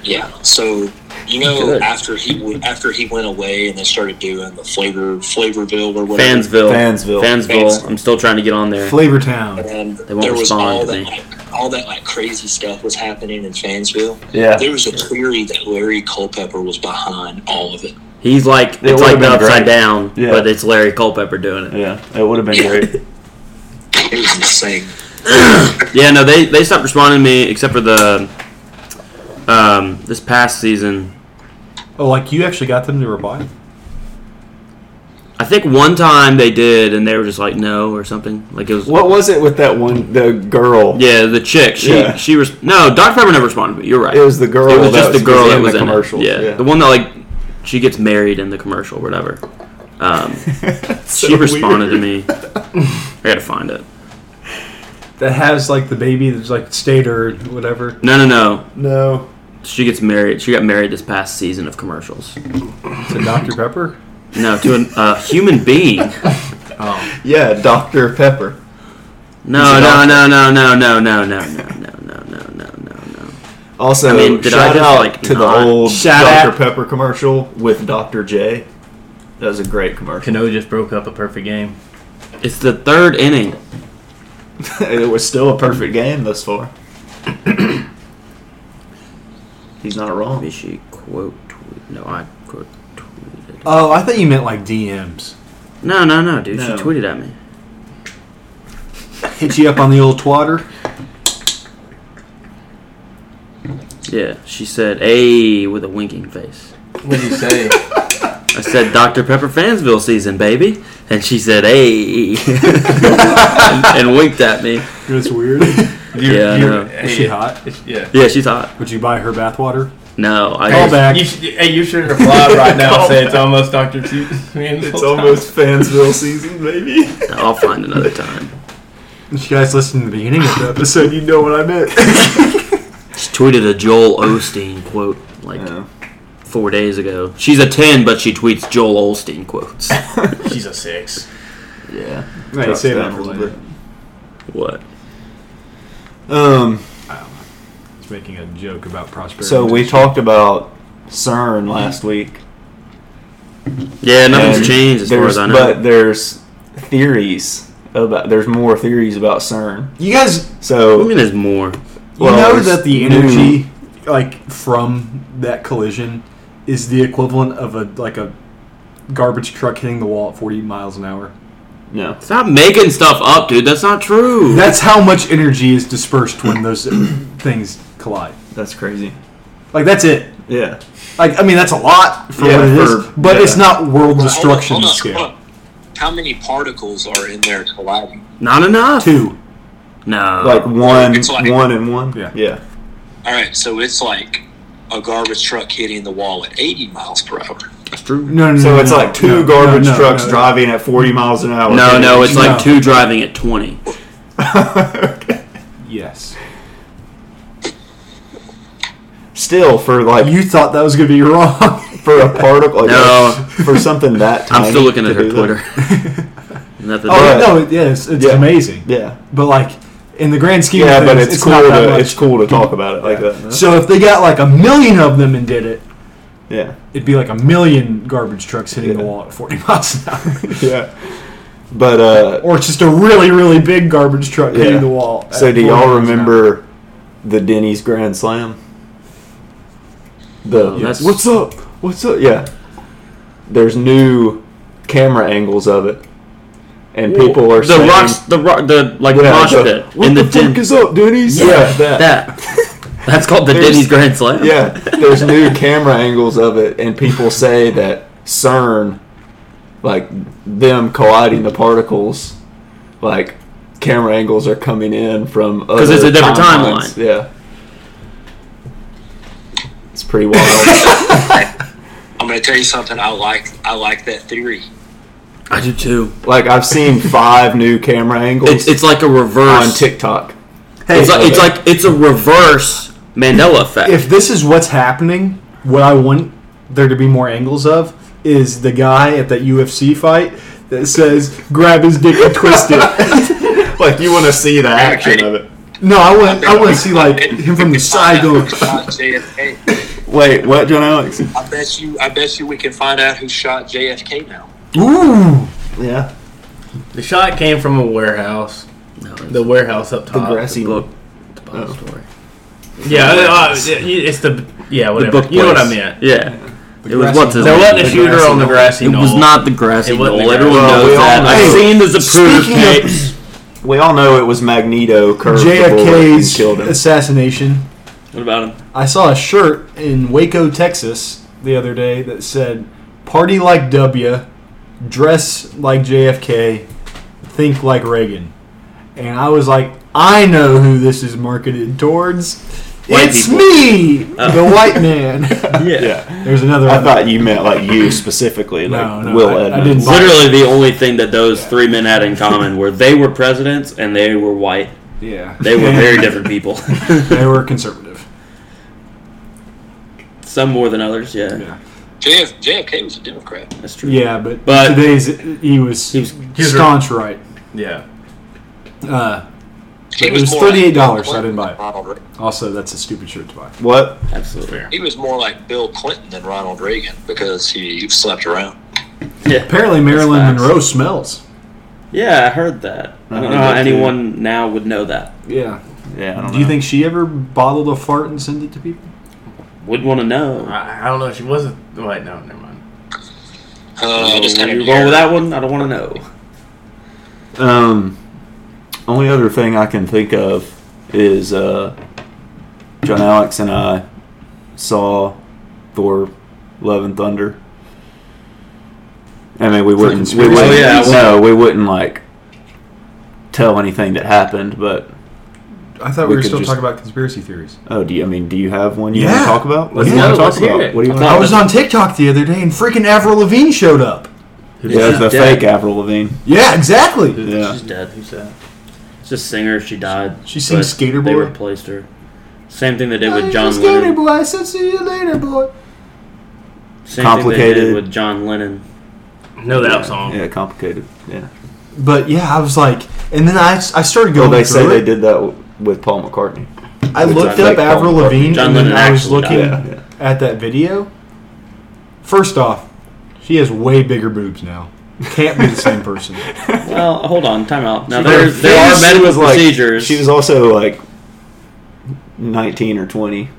S5: Yeah. So you know,
S2: Good.
S5: after he w- after he went away and they started doing the flavor Flavorville or whatever.
S2: Fansville.
S1: Fansville.
S2: Fansville. I'm still trying to get on there.
S3: Flavor Town.
S5: And
S2: won't
S5: there was
S2: respond
S5: all
S2: to
S5: that,
S2: me.
S5: like, all that like crazy stuff was happening in Fansville.
S1: Yeah.
S5: There was a theory that Larry Culpepper was behind all of it.
S2: He's
S1: It
S2: like it's
S1: would've
S2: like the
S1: been
S2: upside
S1: great.
S2: down,
S1: Yeah.
S2: but it's Larry Culpepper doing it.
S1: Yeah, it would have been great.
S5: It was insane.
S2: Yeah, no, they they stopped responding to me except for the um this past season.
S3: Oh, like you actually got them to reply?
S2: I think one time they did, and they were just like no or something. Like it was
S1: what was it with that one? The girl.
S2: yeah, the chick. She
S1: Yeah.
S2: she was no Dr Pepper never responded. to me. You're right.
S1: It was the girl.
S2: It was
S1: that
S2: just the girl
S1: in
S2: that was
S1: the
S2: in
S1: commercial.
S2: It. Yeah. the one that like she gets married in the commercial, or whatever. Um, she responded to me. I gotta find it.
S3: That has like the baby that's like stayed or whatever.
S2: No, no, no.
S3: No.
S2: She gets married. She got married this past season of commercials.
S3: To Dr. Pepper?
S2: No, to an- a human being.
S4: Um,
S1: Yeah, Dr. Pepper.
S2: No, no, no, no, no, no, no, no, no, no, no, no, no, no, no.
S1: Also,
S2: I mean, did I
S1: shout
S2: just,
S1: out
S2: like,
S1: to
S2: not-
S1: the old
S3: Shout
S1: Dr.
S3: out-
S1: Pepper commercial with Dr. J. That was a great commercial.
S4: Cano just broke up a perfect game.
S2: It's the third inning.
S1: it was still a perfect game thus far. He's not
S2: Maybe
S1: wrong.
S2: she quote tweet. No, I quote tweeted.
S3: Oh, I thought you meant like DMs.
S2: No, no, no, dude.
S1: No.
S2: She tweeted at me.
S3: Hit you up on the old twatter.
S2: Yeah, she said, "Hey," with a winking face.
S4: What did you say?
S2: I said, "Dr. Pepper Fansville season, baby," and she said, "Hey," and, and winked at me.
S3: That's weird.
S2: yeah, I know.
S3: Is she hot?
S4: Yeah.
S2: yeah, she's hot.
S3: Would you buy her bathwater?
S2: No, I
S3: Call back.
S4: You should, hey, you should reply right now and say it's almost Dr. T. It's
S1: Fansville season, maybe.
S2: I'll find another time.
S3: If you guys listened to the beginning of the episode, you know what I meant.
S2: She tweeted a Joel Osteen quote like four days ago. She's a ten, but she tweets Joel Osteen quotes.
S4: She's a six.
S1: yeah.
S3: Right,
S1: Drops
S3: save
S1: down
S3: that
S1: a
S3: for
S1: little
S3: later.
S2: what?
S1: bit. Um,
S3: It's making a joke about prosperity.
S1: so we talked about CERN last week.
S2: Yeah, nothing's
S1: And
S2: changed as far
S1: there's-
S2: as I know.
S1: But there's theories about there's more theories about CERN.
S3: You guys,
S2: I
S1: So
S2: mean, there's more.
S3: you
S1: Well,
S3: know
S1: there's
S3: that the
S1: new-
S3: energy, like from that collision, is the equivalent of a like a garbage truck hitting the wall at 40 miles an hour.
S1: no,
S2: Stop making stuff up, dude. That's not true.
S3: That's how much energy is dispersed when those things collide.
S1: that's crazy.
S3: Like that's it.
S1: Yeah,
S3: Like I mean, that's a lot for
S1: Yeah,
S3: what it is,
S1: for-
S3: but it's
S1: yeah.
S3: not world
S5: Well, hold on,
S3: destruction
S5: hold on, hold
S3: scale.
S5: on. How many particles are in there colliding?
S2: not enough.
S3: Two.
S2: No.
S1: like one,
S5: It's like-
S1: one and one.
S3: Yeah.
S1: yeah.
S5: All right, so it's like a garbage truck hitting the wall at 80 miles per hour.
S2: that's true.
S3: No, no,
S1: So
S3: no,
S1: it's
S3: no,
S1: like two
S3: no,
S1: garbage
S3: no, no,
S1: trucks
S3: no.
S1: driving at forty miles an hour.
S2: No, no, it's like
S3: No.
S2: two driving at twenty.
S1: Okay.
S3: Yes.
S1: Still for like
S3: You thought that was gonna be wrong.
S1: for a particle. Like
S2: No.
S1: for something that. Tiny
S2: I'm still looking at
S1: to
S2: her
S1: do that.
S2: Twitter. Nothing.
S1: yeah.
S3: Oh no, it, yeah, it's, it's
S1: Yeah.
S3: amazing.
S1: Yeah,
S3: But like in the grand scheme
S1: yeah,
S3: of
S1: but
S3: things,
S1: it's, cool
S3: not that
S1: to
S3: much.
S1: it's cool to talk about it like that.
S3: So if they got like a million of them and did it,
S1: yeah,
S3: it'd be like a million garbage trucks hitting the
S1: Yeah.
S3: wall at 40 miles an hour.
S1: yeah. But uh,
S3: or it's just a really, really big garbage truck
S1: Yeah.
S3: hitting the wall. at
S1: So do
S3: 40
S1: y'all
S3: miles an hour.
S1: remember the Denny's Grand Slam? The
S2: Yes.
S1: what's up? What's up? Yeah. There's new camera angles of it, and people are
S2: the
S1: saying,
S2: rocks, the rock, the like
S1: yeah,
S2: mosh
S1: the,
S2: pit
S1: What
S2: in
S1: the,
S2: the,
S1: fuck
S2: den-
S1: is up, Denny's?
S2: Yeah,
S1: that.
S2: that. That's called the
S1: There's-
S2: Denny's Grand Slam.
S1: Yeah, there's new camera angles of it, and people say that CERN, like them colliding the particles, like camera angles are coming in from because
S2: it's a different timeline.
S1: Yeah, it's pretty wild.
S5: I'm going to tell you something. I like I like that theory.
S2: I do too.
S1: like I've seen five new camera angles
S2: It's, it's like a reverse.
S1: on TikTok.
S2: It's like it's
S1: okay.
S2: like it's a reverse Mandela effect.
S3: If this is what's happening, what I want there to be more angles of is the guy at that UFC fight that says grab his dick and twist it.
S1: Like you want to see the action of it.
S3: no, I want I want to see like him from the side go.
S5: Shot JFK.
S1: Wait, what, John Alex?
S5: I bet you. I bet you we can find out who shot JFK now.
S3: Ooh,
S1: Yeah,
S4: The shot came from a warehouse.
S2: No, it's
S4: The warehouse up top.
S2: the
S1: grassy
S2: book. The Bible
S1: Oh.
S2: story.
S4: Yeah, uh, uh, it's the yeah whatever.
S2: book
S4: you know what I
S2: place.
S4: meant.
S2: Yeah. It was
S3: grassy
S2: what's his
S4: There
S2: name?
S4: wasn't a
S2: The
S4: shooter
S2: grassy-
S4: on the grassy.
S2: It was
S4: knoll.
S2: not the grassy
S4: It wasn't
S2: knoll.
S4: the
S2: Everyone
S1: grassy- Well, we
S2: knows
S1: all
S2: that.
S1: know.
S2: I've seen the approved
S3: Speaking of-
S2: tapes.
S1: we all know it was Magneto curved the bullet and killed
S3: JFK's
S1: him.
S3: assassination.
S2: What about him?
S3: I saw a shirt in Waco, Texas, the other day that said "Party like W, dress like JFK, think like Reagan," and I was like, "I know who this is marketed towards.
S2: White
S3: it's
S2: people." Oh.
S3: me, the white man."
S1: Yeah,
S3: There's another.
S1: I
S3: one.
S1: thought you meant like you specifically, like
S3: No, no,
S1: Will
S3: I- I
S1: Edmonds.
S3: didn't buy
S2: Literally, the only thing that those three men had in common were they were presidents and they were white.
S3: yeah,
S2: They were very different people.
S3: they were conservative.
S2: Some more than others. Yeah,
S3: Yeah,
S5: JF, JFK was a Democrat.
S2: that's true.
S3: yeah, but,
S2: But-
S3: today's he was,
S2: he was
S3: staunch right.
S4: Yeah.
S3: Uh,
S5: He
S3: It was
S5: more like
S3: $38,
S5: Bill
S3: I didn't buy it.
S5: Clinton than Ronald Reagan.
S3: also, that's a stupid shirt to buy.
S1: What?
S2: absolutely.
S5: He was more like Bill Clinton than Ronald Reagan because he slept around.
S2: Yeah,
S3: Apparently, Marilyn
S2: facts.
S3: Monroe smells.
S2: yeah, I heard that. I don't
S1: I
S2: know how
S1: did too.
S2: anyone now would know that.
S3: Yeah.
S1: Yeah, I don't
S3: Do you think she ever bottled a fart and sent it to people?
S2: Would want to know.
S4: I, I don't know. She wasn't. Wait, no, never mind.
S5: Uh, just
S2: So
S5: kind
S2: you
S5: of
S2: roll with that one. I don't want to know.
S1: Um, only other thing I can think of is uh, John Alex and I saw Thor: Love and Thunder. I mean, we wouldn't. We
S2: Oh,
S1: wouldn't
S2: yeah, I
S1: no, we wouldn't like tell anything that happened. But
S3: I thought
S1: we We were could still just- talking
S3: about conspiracy theories.
S1: oh, do you? I mean, do you have one you
S3: Yeah.
S1: want to talk about? What do you
S2: Let's
S1: want to
S2: go,
S1: talk
S2: let's hear
S1: about?
S2: it.
S1: What do you
S2: I
S1: want?
S3: I was on TikTok the other day and freaking Avril Lavigne showed up.
S1: Yeah, it was the
S2: dead.
S1: fake Avril Lavigne.
S3: Yeah, exactly.
S1: Yeah.
S2: She's dead.
S4: Who's that?
S2: It's just singer. She died.
S3: She sings
S2: but
S3: Skater
S2: They
S3: Boy?
S2: replaced her. Same thing they did with
S3: I'm
S2: John
S3: skater
S2: Lennon.
S3: boy. I said, see you later, boy.
S2: Same thing they
S1: Complicated.
S2: did with John Lennon.
S4: Know that
S1: Yeah,
S4: song.
S1: Yeah, complicated. Yeah.
S3: But yeah, I was like, and then I, I started
S1: Well,
S3: going.
S1: they say
S3: through
S1: they
S3: it.
S1: did that w- with Paul McCartney.
S3: I
S1: with
S3: looked
S1: John
S3: up
S1: Lennon.
S3: Avril Lavigne
S2: John
S3: and then
S2: Lennon
S3: I was
S2: actually
S3: looking
S1: died. Yeah,
S3: at that video. First off, she has way bigger boobs now. Can't be the same person.
S2: Well, hold on, time out. Now
S1: Her
S2: there, there
S1: face,
S2: are
S1: she
S2: medical
S1: was like-
S2: procedures.
S1: she was also like 19 or 20.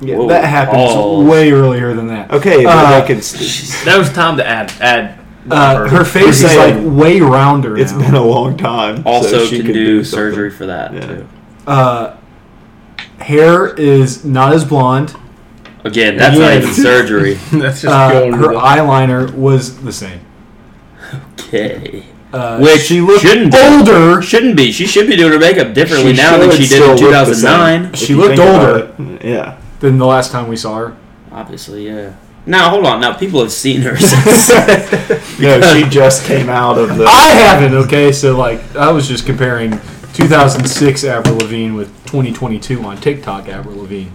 S3: Yeah,
S2: Whoa,
S3: that happens
S2: balls.
S3: way earlier than that.
S1: Okay, but
S3: Uh,
S1: they could. It's
S4: That was time to add add.
S3: Uh, her face is like
S1: saying-
S3: way rounder. now.
S1: been a long time. so
S2: Also,
S1: she
S2: can do,
S1: could do something.
S2: surgery for that
S1: Yeah.
S2: too.
S3: uh, hair is not as blonde.
S2: Again, that's not even
S3: Yes.
S2: surgery.
S4: That's just
S3: Uh,
S4: going.
S3: her eyeliner was the same.
S2: Okay,
S3: Uh,
S2: which
S3: she looked
S2: shouldn't be.
S3: older.
S2: shouldn't be. She should be doing her makeup differently
S1: She
S2: now than
S1: should
S2: she did in
S1: still look the same.
S2: 2009.
S1: If
S3: She
S1: you
S3: looked
S1: think about
S3: older
S1: it, Yeah.
S3: than the last time we saw her.
S2: Obviously, yeah. Now hold on. Now people have seen her since.
S1: No, she just came out of the.
S3: I haven't. Okay, so like I was just comparing 2006 Avril Lavigne with 2022 on TikTok Avril Lavigne.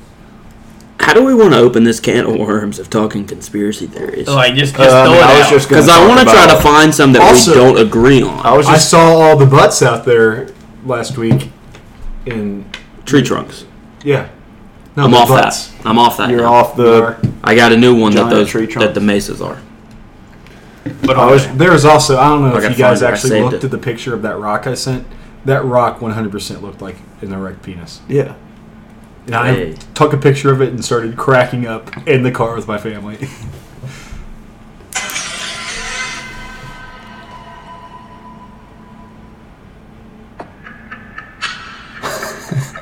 S2: How do we want to open this can of worms of talking conspiracy theories?
S4: Oh, like just just
S1: Uh, I
S4: throw
S1: mean,
S4: it
S1: I was
S4: out.
S1: just gonna
S2: Because I
S1: talk
S2: want to try
S1: about-
S2: to find some that
S3: Also-
S2: we don't agree on.
S1: I was
S3: I
S1: just.
S3: saw all the butts out there last week. In
S2: Tree trunks.
S3: yeah, no,
S2: I'm
S3: the
S2: off
S3: butts.
S2: that. I'm off that.
S1: You're
S2: now.
S1: off the.
S2: I got a new one that
S1: Giant
S2: those
S1: tree
S2: that the
S1: trunks.
S2: mesas are.
S4: But
S1: I was-
S3: There was also I don't know
S2: I
S3: if
S2: gotta
S3: you guys
S2: find it. I
S3: actually
S2: saved it.
S3: looked at the picture of that rock I sent. That rock 100% looked like an erect penis.
S1: Yeah.
S3: And I
S2: Hey.
S3: took a picture of it and started cracking up in the car with my family.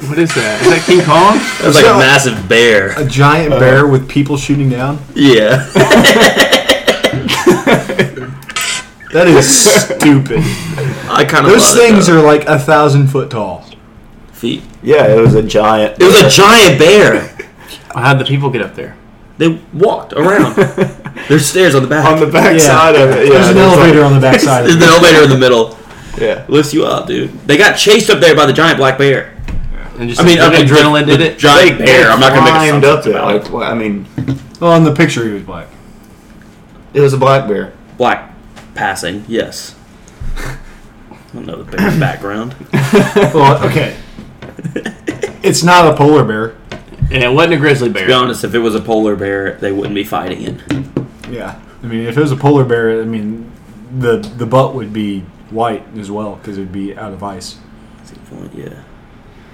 S4: what is that? Is that King Kong?
S2: That's like
S3: So-
S2: a massive bear.
S1: uh,
S3: A giant
S2: Uh-huh.
S3: bear with people shooting down.
S2: Yeah.
S3: That is stupid.
S2: I kind of
S3: Those things are like a thousand foot tall.
S2: feet.
S1: Yeah, it was a giant.
S2: It was a giant bear.
S4: How'd the people get up there?
S2: They walked around. There's stairs on the back.
S1: on the back
S3: Yeah.
S1: side of it. Yeah,
S3: There's an
S1: there's like-
S3: elevator on the backside.
S2: There's
S3: of
S2: an
S3: it.
S2: elevator in the middle.
S1: Yeah.
S2: Lifts you up, dude. They got chased up there by the giant black bear.
S4: And just
S2: I mean,
S4: the
S2: okay,
S4: adrenaline
S2: the-
S4: did
S2: the
S4: it.
S2: Giant bear. I'm not gonna make
S1: Climbed
S2: a
S1: up
S2: up
S1: there.
S2: about it.
S1: Like, well, I mean,
S3: Well, in the picture, he was black.
S1: It was a black bear.
S2: Black passing, yes. I don't know the bear's background.
S3: Well, okay. it's not a polar bear.
S4: And it wasn't a grizzly
S2: To be
S4: bear.
S2: honest, if it was a polar bear, they wouldn't be fighting it.
S3: Yeah. I mean, if it was a polar bear, I mean, the the butt would be white as well because it'd be out of ice.
S2: That's a good point, Yeah.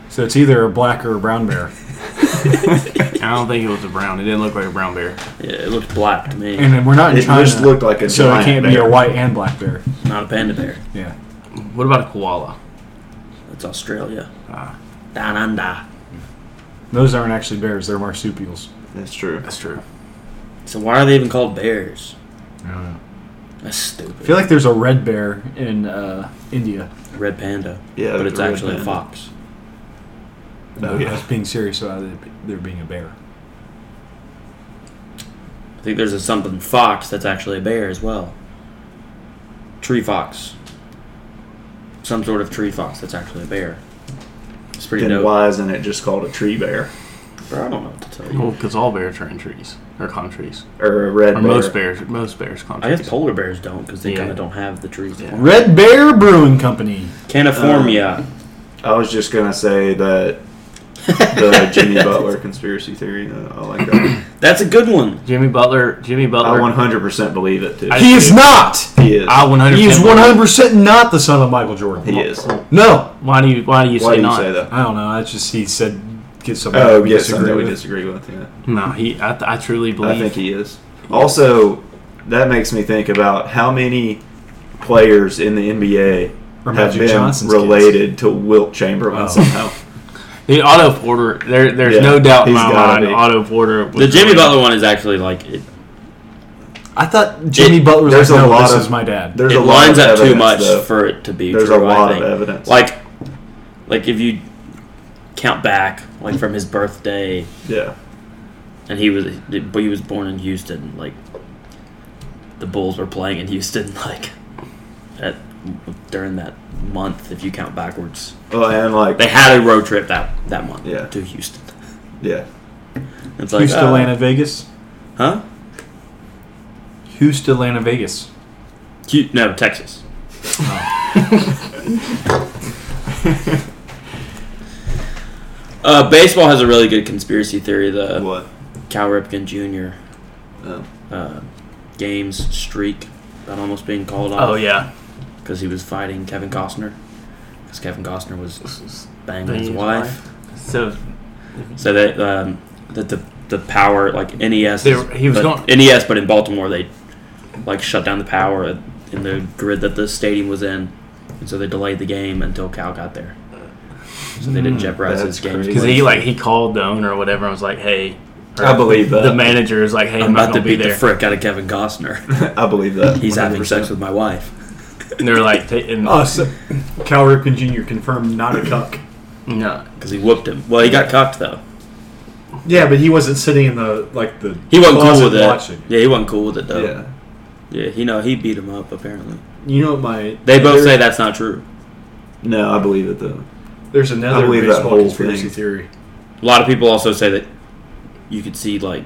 S3: So it's either a black or a brown bear.
S4: I don't think it was a brown. It didn't look like a brown bear.
S2: Yeah, it looks black to me.
S3: And then we're not in
S1: It
S3: China,
S1: just looked like a
S3: so it
S1: giant
S3: can't be
S1: bear.
S3: a white and black bear.
S2: Not a panda bear.
S3: Yeah.
S4: What about a koala?
S2: That's Australia.
S4: Ah.
S2: Down under.
S3: Those aren't actually bears; they're marsupials.
S1: That's true.
S4: That's true.
S2: So why are they even called bears?
S3: I don't know.
S2: That's stupid.
S3: I feel like there's a red bear in uh, India.
S2: red panda.
S1: Yeah,
S2: but it's
S1: red
S2: actually
S1: panda.
S2: a fox.
S1: Oh,
S3: No,
S1: yeah.
S3: I was being serious about it, there being a bear.
S2: I think there's a something fox that's actually a bear as well. Tree fox. Some sort of tree fox that's actually a bear. It's pretty
S1: Then
S2: dope.
S1: why isn't it just called a tree bear
S2: Bro, I don't know what to tell you.
S4: Well, because all bears are in trees or con trees,
S1: or a red
S4: or
S1: bear?
S4: most bears, most bears con
S2: I
S4: trees.
S2: guess polar bears don't because they
S4: Yeah.
S2: kind of don't have the trees.
S4: Yeah. Um,
S2: Yeah.
S3: Red Bear Brewing Company.
S2: Caniformia.
S1: I was just gonna say that the Jimmy Butler conspiracy theory. uh, I like that. one.
S2: That's a good one.
S4: Jimmy Butler, Jimmy
S1: I
S4: Butler,
S1: 100 percent believe it too.
S4: I-
S3: He is not.
S1: he is.
S4: I 100.
S3: He is 100% not the son of Michael Jordan.
S1: he is.
S3: No.
S4: Why do you Why do you
S1: Why
S4: say
S1: do you
S4: not?
S1: say that?
S3: I don't know. That's just he said get somebody.
S1: Oh
S3: we
S1: yes, I
S3: disagree
S1: know we
S3: with.
S1: disagree with. Yeah,
S4: No, he. I, th- I truly
S1: I
S4: believe.
S1: think he is. Also, that makes me think about how many players in the NBA
S3: Or
S1: have
S3: Magic
S1: been
S3: Johnson's kids.
S1: related to Wilt Chamberlain
S3: Oh.
S1: somehow.
S4: the Otto Porter. There, there's
S1: Yeah,
S4: no doubt in
S1: he's
S4: my
S1: gotta
S4: mind.
S1: be.
S4: Otto Porter. was
S2: The Jimmy
S4: really-
S2: Butler one is actually like it,
S3: I thought Jimmy
S2: It-
S3: Butler was
S1: there's
S3: like,
S1: a
S3: no,
S1: lot
S3: this
S1: of-
S3: is my dad.
S1: There's a
S2: it
S1: lot
S2: lines
S1: of
S2: up too
S1: evidence,
S2: much
S1: though.
S2: for it to be
S1: There's
S2: true.
S1: a
S2: I
S1: lot of
S2: think.
S1: evidence.
S2: Like, like if you count back, like from his birthday,
S1: yeah,
S2: and he was, but he was born in Houston. Like, the Bulls were playing in Houston, like at during that month. If you count backwards,
S1: well, Oh, and like
S2: they had a road trip that that month
S1: Yeah.
S2: to Houston.
S1: yeah,
S2: It's like
S3: Houston,
S2: uh,
S3: Atlanta, Vegas.
S2: huh?
S3: Houston, Atlanta, Vegas.
S2: Hu- no, Texas. uh, baseball has a really good conspiracy theory. The
S1: what?
S2: Cal Ripken Jr.
S1: Oh.
S2: Uh, games streak about almost being called off.
S4: Oh yeah.
S2: because he was fighting Kevin Costner. Because Kevin Costner was banging
S4: Banging
S2: his
S4: his
S2: wife.
S4: So
S2: So that um, that the the power like NES.
S4: They were- he was
S2: but, NES, but in Baltimore they like shut down the power in the grid that the stadium was in, and so they delayed the game until Cal got there. So they didn't jeopardize
S1: Hmm, that's
S2: his game.
S1: crazy.
S4: because he like he called the owner or whatever and was like, hey. or
S1: I believe that.
S4: The manager is like, hey, I'm,
S2: I'm
S4: not
S2: about to
S4: gonna be
S2: beat the
S4: there.
S2: frick out of Kevin Costner.
S1: I believe that.
S2: He's having
S1: 100%.
S2: sex with my wife.
S4: and they're like, ta- and,
S3: Oh, so Cal Ripken Jr. confirmed not a cuck.
S4: no,
S2: Because he whooped him. Well, he got cocked though.
S3: Yeah, but he wasn't sitting in the like the
S2: He wasn't
S3: closet
S2: cool with it.
S3: watching.
S2: Yeah, he wasn't cool with it though.
S1: Yeah,
S2: yeah, he know he beat him up apparently.
S3: You know what my
S2: They both
S3: there-
S2: say that's not true.
S1: no, I believe it though.
S3: there's another
S1: believe that
S3: baseball
S1: whole
S3: conspiracy
S1: thing.
S3: theory.
S2: A lot of people also say that you could see like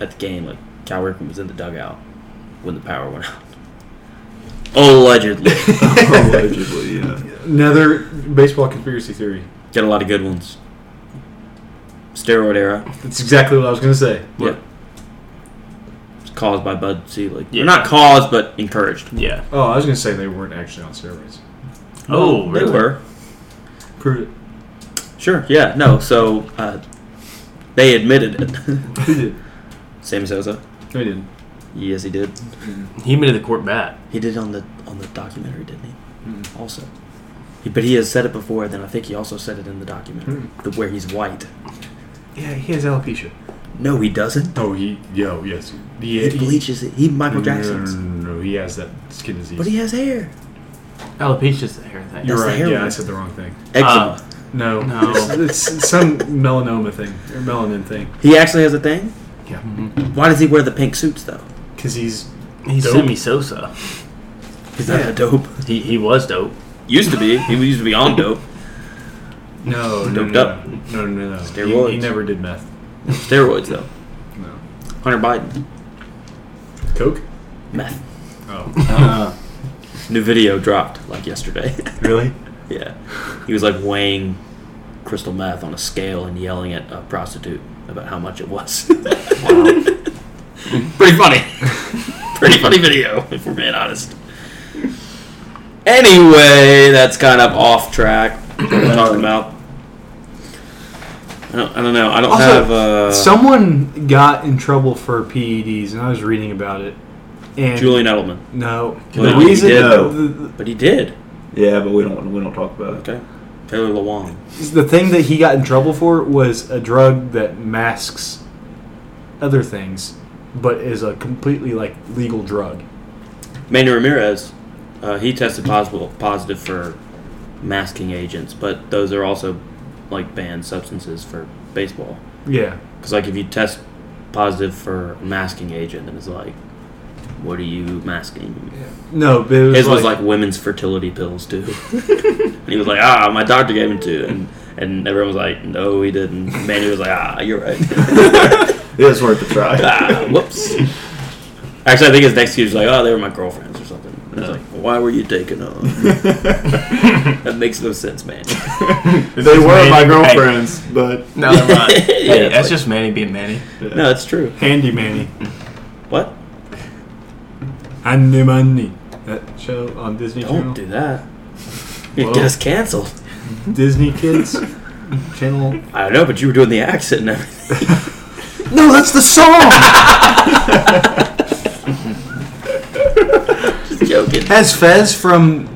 S2: at the game, like Cal Ripken was in the dugout when the power went out. Allegedly,
S1: Allegedly, yeah.
S3: Another baseball conspiracy theory.
S2: get a lot of good ones. Steroid era,
S3: That's exactly what I was gonna say.
S2: yeah. It's caused by Bud Selig.
S4: Yeah.
S2: Or Not caused, but encouraged.
S4: yeah.
S3: Oh, I was gonna say they weren't actually on steroids.
S4: Oh,
S2: They
S4: really?
S2: were.
S3: Prove
S2: Sure. Yeah. No. So uh, they admitted it.
S3: it. Who did?
S2: Sammy Sosa.
S3: No, he didn't.
S2: Yes, he did.
S4: He made the court bat.
S2: He did it on the on the documentary, didn't he? Also, he, but he has said it before. And then I think he also said it in the documentary,
S3: Hmm.
S2: the, where he's white.
S3: Yeah, he has alopecia.
S2: No, he doesn't.
S3: Oh, he. Yo, yes.
S2: He bleaches it. He Michael Jackson's,
S3: No, no, no, no, he has that skin disease.
S2: but he has hair.
S4: Alopecia's the hair thing.
S3: You're
S2: that's the
S3: right.
S2: hair
S3: Yeah,
S2: one.
S3: I said the wrong thing.
S2: Eczema.
S3: No,
S4: No.
S3: it's, it's some melanoma thing or melanin thing.
S2: he actually has a thing.
S3: Yeah,
S2: Why does he wear the pink suits though?
S3: because he's
S4: Mm-hmm. He's
S3: Dope.
S4: Sammy Sosa.
S2: Is that
S3: Yeah.
S2: a dope?
S4: He, he was dope.
S2: Used to be. He used to be on dope.
S3: no, no,
S2: Doped
S3: no,
S2: up.
S3: no, no, no. no. He, he
S2: Steroids.
S3: never did meth.
S2: Steroids though.
S3: No.
S2: Hunter Biden.
S3: Coke?
S2: Meth.
S3: Oh.
S2: New video dropped like yesterday.
S3: really?
S2: yeah, he was like weighing crystal meth on a scale and yelling at a prostitute about how much it was. Pretty funny. Pretty funny video, if we're being honest. Anyway, that's kind of off track. What we're talking about. I don't, I don't know. I don't
S3: Also,
S2: have. Uh,
S3: Someone got in trouble for PEDs, and I was reading about it. And
S2: Julian Edelman,
S3: No.
S2: Well,
S3: the
S2: he
S3: reason
S1: did.
S3: the, the-
S2: but he did.
S1: Yeah, but we don't we don't talk about it.
S2: Okay, Taylor Lewan.
S3: the thing that he got in trouble for was a drug that masks other things, but is a completely like legal drug.
S2: Manny Ramirez, uh, he tested possible, positive for masking agents, but those are also like banned substances for baseball.
S3: Yeah.
S2: Because like if you test positive for a masking agent, then it's like, what are you masking?
S3: No, but it was,
S2: His was
S3: like,
S2: like women's fertility pills too. and he was like, ah, my doctor gave him two, and and everyone was like, no, he didn't. Manny was like, ah, you're right.
S1: It is worth a try.
S2: ah, whoops. Actually, I think his next excuse was like, oh, they were my girlfriends or something. And I was like, why were you taking off? That makes no sense, man.
S1: they were my girlfriends, but
S4: No, they're not. Hey,
S2: Yeah,
S4: that's
S2: like-
S4: just Manny being Manny.
S2: No, it's true.
S3: Handy Manny.
S2: What?
S3: Handy Manny. That show on Disney
S2: Don't
S3: Channel.
S2: do that. You
S3: Whoa.
S2: get us canceled.
S3: Disney Kids Channel.
S2: I don't know, but you were doing the accent and everything.
S3: No, that's the song!
S2: Just joking.
S3: As Fez from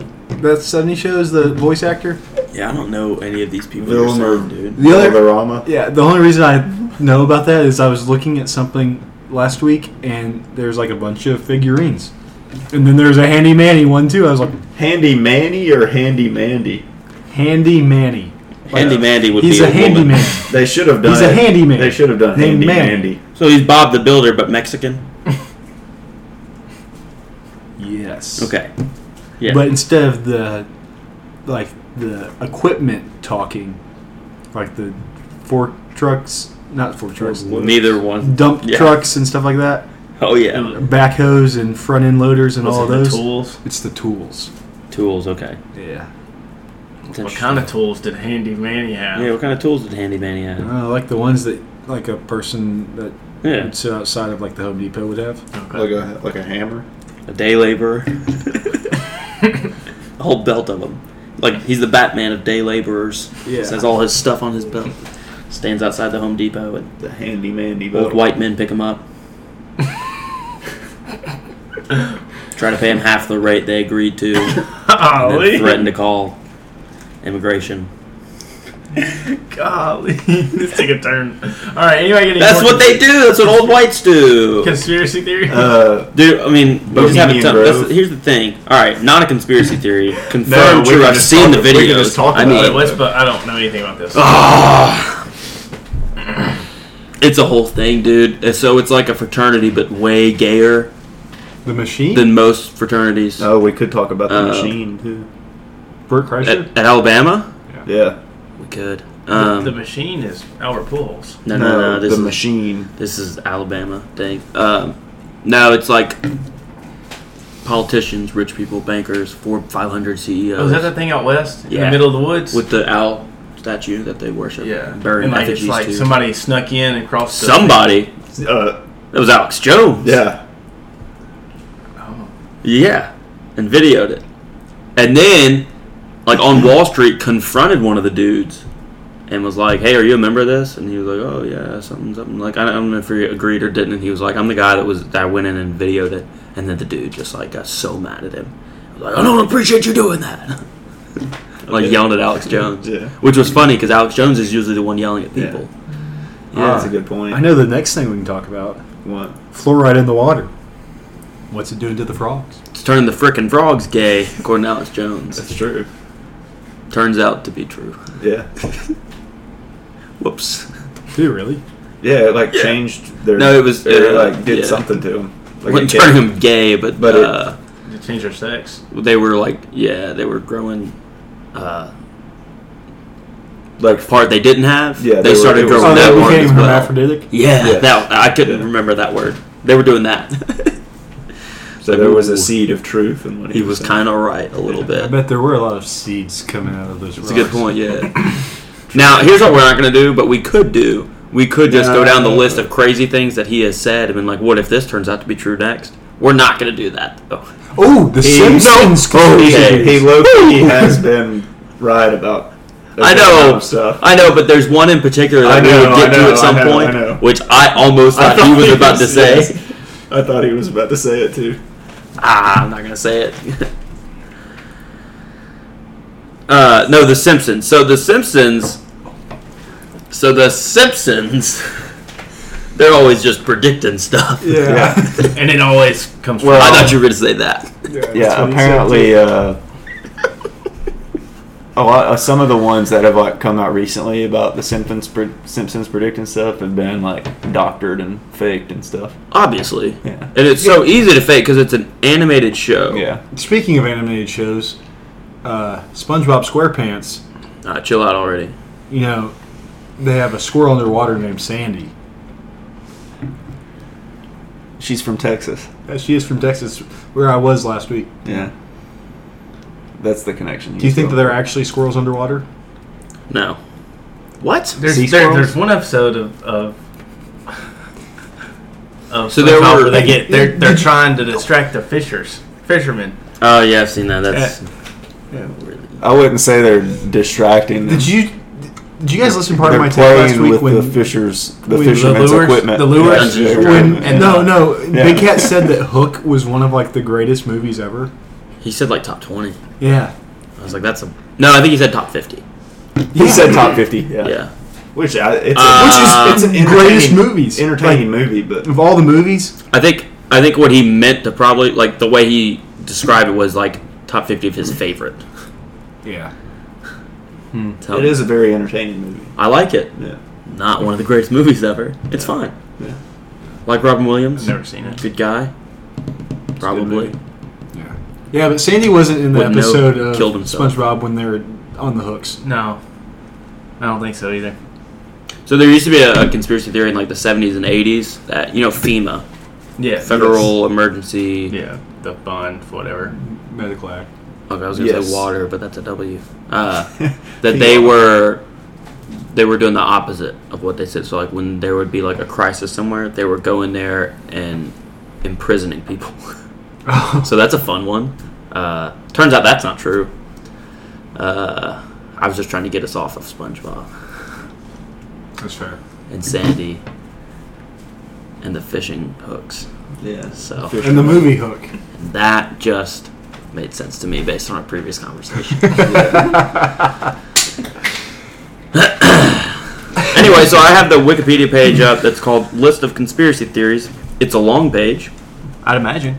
S3: that 70 shows, the voice actor.
S2: Yeah, I don't know any of these people. You're
S1: Vilma
S2: saying, dude.
S3: The other-
S1: Rama.
S3: Yeah, the only reason I know about that is I was looking at something last week and there's like a bunch of figurines. And then there's a Handy Manny one too. I was like,
S1: Handy Manny or Handy Mandy?
S3: Handy Manny.
S2: Handy Mandy would
S3: Uh, He's
S2: be
S3: a
S2: a, woman.
S3: handyman.
S1: They should have done.
S3: He's a
S1: it-
S3: handyman.
S1: They should have done
S3: Named
S1: Handy
S3: Manny.
S1: Mandy.
S2: So he's Bob the Builder, but Mexican.
S3: Yes.
S2: Okay. Yeah.
S3: But instead of the like the equipment talking, like the fork trucks, not fork trucks,
S2: neither one.
S3: dump
S2: Yeah.
S3: trucks and stuff like that,
S2: Oh yeah.
S3: backhoes and front end loaders and
S4: What's
S3: all
S4: it, the
S3: those.
S4: tools.
S3: It's the tools.
S2: Tools. Okay.
S3: Yeah.
S4: What kind of tools did Handy Manny have?
S2: Yeah. What kind of tools did Handy Manny
S3: I
S2: have?
S3: don't know, Uh, like the ones that like a person that
S2: Yeah.
S3: would sit outside of like the Home Depot would have.
S1: Like a like a hammer.
S2: A day laborer. a whole belt of them. Like he's the Batman of day laborers.
S3: Yeah.
S2: Says all his stuff on his belt. Stands outside the Home Depot and
S1: The Handy Mandy.
S2: old white men pick him up. Try to pay him half the rate they agreed to. And
S4: Golly.
S2: then threaten to call immigration.
S4: Golly. this took a turn. All right, anybody get any
S2: That's
S4: more
S2: what they do. That's what old whites do.
S4: Conspiracy theory?
S1: Uh,
S2: Dude, I mean, we just have a
S1: Bohemian
S2: ton. That's,
S1: Grove.
S2: here's the thing. All right, not a conspiracy theory. Confirmed
S1: No, we
S2: true.
S1: can
S2: I've
S1: just
S2: seen
S1: talk-
S2: the
S1: we
S2: videos.
S1: can just talk
S2: I
S1: about
S2: mean, Ah,
S1: it.
S4: Wait, what's- but I don't know anything about this.
S2: it's a whole thing, dude. And So it's like a fraternity, but way gayer
S3: The machine.
S2: than most fraternities.
S1: oh, we could talk about the
S2: Uh,
S1: machine too.
S3: Bert Kreischer.
S2: At, at Alabama,
S1: Yeah.
S2: we could.
S4: the,
S2: Um,
S4: the machine is Albert Pujols.
S2: no, no, no. uh, This
S1: the
S2: is
S1: machine.
S2: this is Alabama, Dave. Um, no, it's like politicians, rich people, bankers, four, five hundred E CEOs.
S4: Oh, is that that thing out west in
S2: Yeah.
S4: the middle of the woods?
S2: with the owl statue that they worship?
S4: yeah,
S2: buried
S4: and like it's
S2: effigies
S4: like
S2: to.
S4: somebody snuck in and crossed. the-
S2: Somebody.
S1: Uh,
S2: That was Alex Jones.
S1: yeah.
S4: Oh.
S2: Yeah, and videoed it. And then, like on Wall Street, confronted one of the dudes and was like, "Hey, are you a member of this?" And he was like, "Oh yeah, something, something." Like I don't, I don't know if he agreed or didn't. And he was like, "I'm the guy that was that went in and videoed it." And then the dude just like got so mad at him, He was like, "I don't appreciate you doing that." like yelling at Alex Jones,
S1: Yeah.
S2: which was funny because Alex Jones is usually the one yelling at
S1: Yeah.
S2: people.
S1: Yeah, Ah, that's a good point.
S3: I know the next thing we can talk about:
S1: What?
S3: fluoride in the water. What's it doing to the frogs?
S2: It's turning the frickin' frogs gay, according to Alex Jones.
S1: That's true.
S2: Turns out to be true.
S1: Yeah.
S2: Whoops.
S3: Do you really?
S1: Yeah, it like changed their.
S2: No, it was-
S1: It,
S2: uh,
S1: like did
S2: yeah.
S1: something to them. Like
S2: wouldn't
S1: it
S2: turn
S1: gave-
S2: him gay, but,
S1: But it-
S2: uh,
S4: To change their sex.
S2: they were like, yeah, they were growing uh,
S1: Like
S2: part they didn't have.
S1: Yeah,
S2: they,
S1: they were-
S2: started
S1: they were-
S2: growing
S1: Oh,
S2: that
S1: they
S2: part as well.
S3: hermaphroditic.
S2: Yeah,
S1: Yeah.
S2: that I couldn't
S1: Yeah.
S2: remember that word. They were doing that.
S1: So there was a seed of truth in what he,
S2: He was kind of right a little
S3: I
S2: bit.
S3: bet there were a lot of seeds coming out of those.
S2: It's a good point, yeah. now, here's what we're not going to do, but we could do. We could just go down the list of crazy things that he has said and been like, what if this turns out to be true next? We're not going to do that, though.
S3: Oh, the Simpsons
S1: Okay, he
S3: conspiracy.
S1: low-key has been right about. a
S2: I
S1: good amount
S2: know,
S1: of stuff.
S2: I know, but there's one in particular
S1: I
S2: that we
S1: know,
S2: would get
S1: I know,
S2: to at some
S1: I know,
S2: point,
S1: I know.
S2: which I almost
S1: I
S2: thought, he was
S1: thought
S2: about to
S1: yes,
S2: say.
S1: yes. I thought he was about to say it too.
S2: Ah, I'm not gonna say it. uh, no, The Simpsons. So The Simpsons. So The Simpsons. They're always just predicting stuff.
S3: Yeah.
S4: and it always comes.
S1: Well-
S2: I thought you were gonna say that.
S1: yeah apparently uh, a lot uh, some of the ones that have like come out recently about the simpsons pre- simpsons predicting stuff have been like doctored and faked and stuff
S2: Obviously.
S1: Yeah.
S2: And it's so easy to fake because it's an animated show.
S1: yeah
S3: Speaking of animated shows, uh, SpongeBob SquarePants.
S2: Ah, chill out already.
S3: You know, they have a squirrel underwater named Sandy.
S1: she's from texas
S3: Uh, She is from Texas, where I was last week.
S1: yeah that's the connection
S3: Do you think that there are actually squirrels underwater?
S2: No. What?
S4: There's
S1: Sea
S4: there,
S1: squirrels?
S4: there's one episode of. of of
S2: So there
S4: SpongeBob
S2: were-
S4: where they get they're they're trying to distract the fishers fishermen.
S2: Oh yeah, I've seen that. That's
S1: i wouldn't say they're distracting
S3: Did you? Did you guys listen to part
S1: they're
S3: of my tape
S1: playing
S3: last week
S1: with
S3: when
S1: the fishers the
S3: when the
S1: fishermen's
S4: lures-
S1: equipment
S4: the lures?
S1: Yeah, sure.
S3: When,
S1: Yeah.
S3: no, no.
S1: Yeah.
S3: Big Cat said that Hook was one of like the greatest movies ever.
S2: he said like top twenty.
S3: Yeah.
S2: I was like, that's a no. I think he said top fifty.
S1: he said top 50 yeah,
S2: Yeah.
S1: which I, it's,
S2: Uh,
S1: a, which is it's an
S3: greatest
S1: entertaining-
S3: movies.
S1: entertaining movie but
S3: Of all the movies,
S2: I think I think what he meant to probably like the way he described it was like top fifty of his favorite.
S3: yeah.
S2: So,
S1: it is a very entertaining movie
S2: I like it.
S1: yeah
S2: Not one of the greatest movies ever. It's fine.
S1: Yeah.
S2: Like Robin Williams.
S4: Never seen it.
S2: Good guy. Probably.
S1: movie.
S3: Yeah. Yeah, but Sandy wasn't in the
S2: Wouldn't know
S3: episode
S2: who
S3: of
S2: killed himself.
S3: SpongeBob when they were on the hooks.
S4: No, I don't think so either.
S2: So there used to be a, a conspiracy theory in like the seventies and eighties that you know FEMA,
S4: Yeah,
S2: Federal Emergency.
S4: Yeah, the fund, whatever.
S3: Medical Act.
S2: Okay, I was gonna
S1: Yes.
S2: say water, but that's a W. Uh, that they were they were doing the opposite of what they said. So like when there would be like a crisis somewhere, they were going there and imprisoning people. so that's a fun one. Uh, turns out that's not true. Uh, I was just trying to get us off of SpongeBob
S3: That's fair.
S2: and Sandy and the fishing hooks.
S1: yeah
S2: So-
S3: And the movie Hook.
S2: And that just made sense to me based on our previous conversation. anyway, so I have the Wikipedia page up that's called List of Conspiracy Theories. It's a long page.
S4: I'd imagine.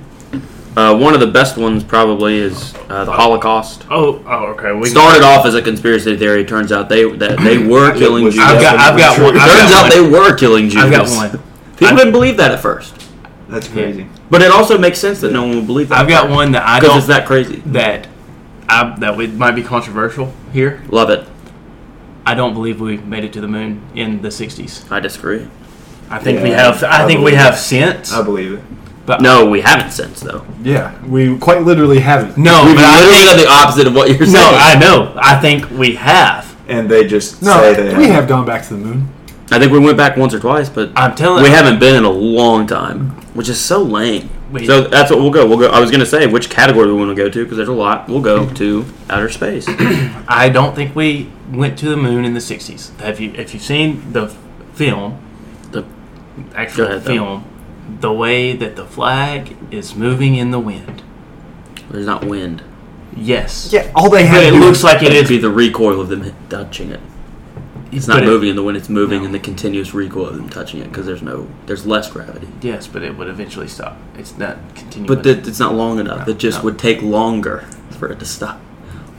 S2: Uh, one of the best ones probably is uh, the Holocaust.
S4: Oh, oh, okay. We
S2: Started off as a conspiracy theory. Turns out they that they were killing
S1: was
S2: Jews.
S4: I've got, I've got one. I've
S2: Turns
S4: got
S2: out
S4: one.
S2: they were killing Jews.
S4: I've got one.
S2: People didn't believe that at first,
S1: That's
S4: crazy.
S2: but it also makes sense that no one would believe that
S4: I've got one that I
S2: because
S4: don't
S2: it's that crazy.
S4: that I that we, might be controversial here.
S2: Love it.
S4: I don't believe we made it to the moon in the '60s.
S2: I disagree.
S4: I think we
S1: Yeah,
S4: have. I,
S1: I
S4: think we
S1: believe
S4: have since.
S1: I believe it.
S4: But
S2: No, we haven't since though.
S3: Yeah. We quite literally haven't.
S4: no,
S2: We've
S4: Oh, but I
S2: literally
S4: think,
S2: done the opposite of what you're saying.
S4: no. I know. I think we have.
S1: And they just
S3: No,
S1: say they
S3: we have gone back to the moon.
S2: I think we went back once or twice, but
S4: I'm telling.
S2: we haven't been in a long time, which is so lame.
S4: We-
S2: So that's what we'll go. We'll go. I was gonna say which category we want to go to because there's a lot. We'll go to outer space.
S4: I don't think we went to the moon in the '60s. Have you? If you've seen the f- film, the actual
S2: Go ahead, though.
S4: film, the way that the flag is moving in the wind.
S2: There's not wind.
S4: Yes.
S3: Yeah, all they
S4: But it looks like it
S2: It'd
S4: is.
S2: be the recoil of them touching it. It's not
S4: but it-
S2: moving in the wind. It's moving in the continuous recoil of them touching it because there's no there's less gravity.
S4: Yes, but it would eventually stop. It's not continuing.
S2: But that it's not long enough. It just
S4: no.
S2: would take longer for it to stop.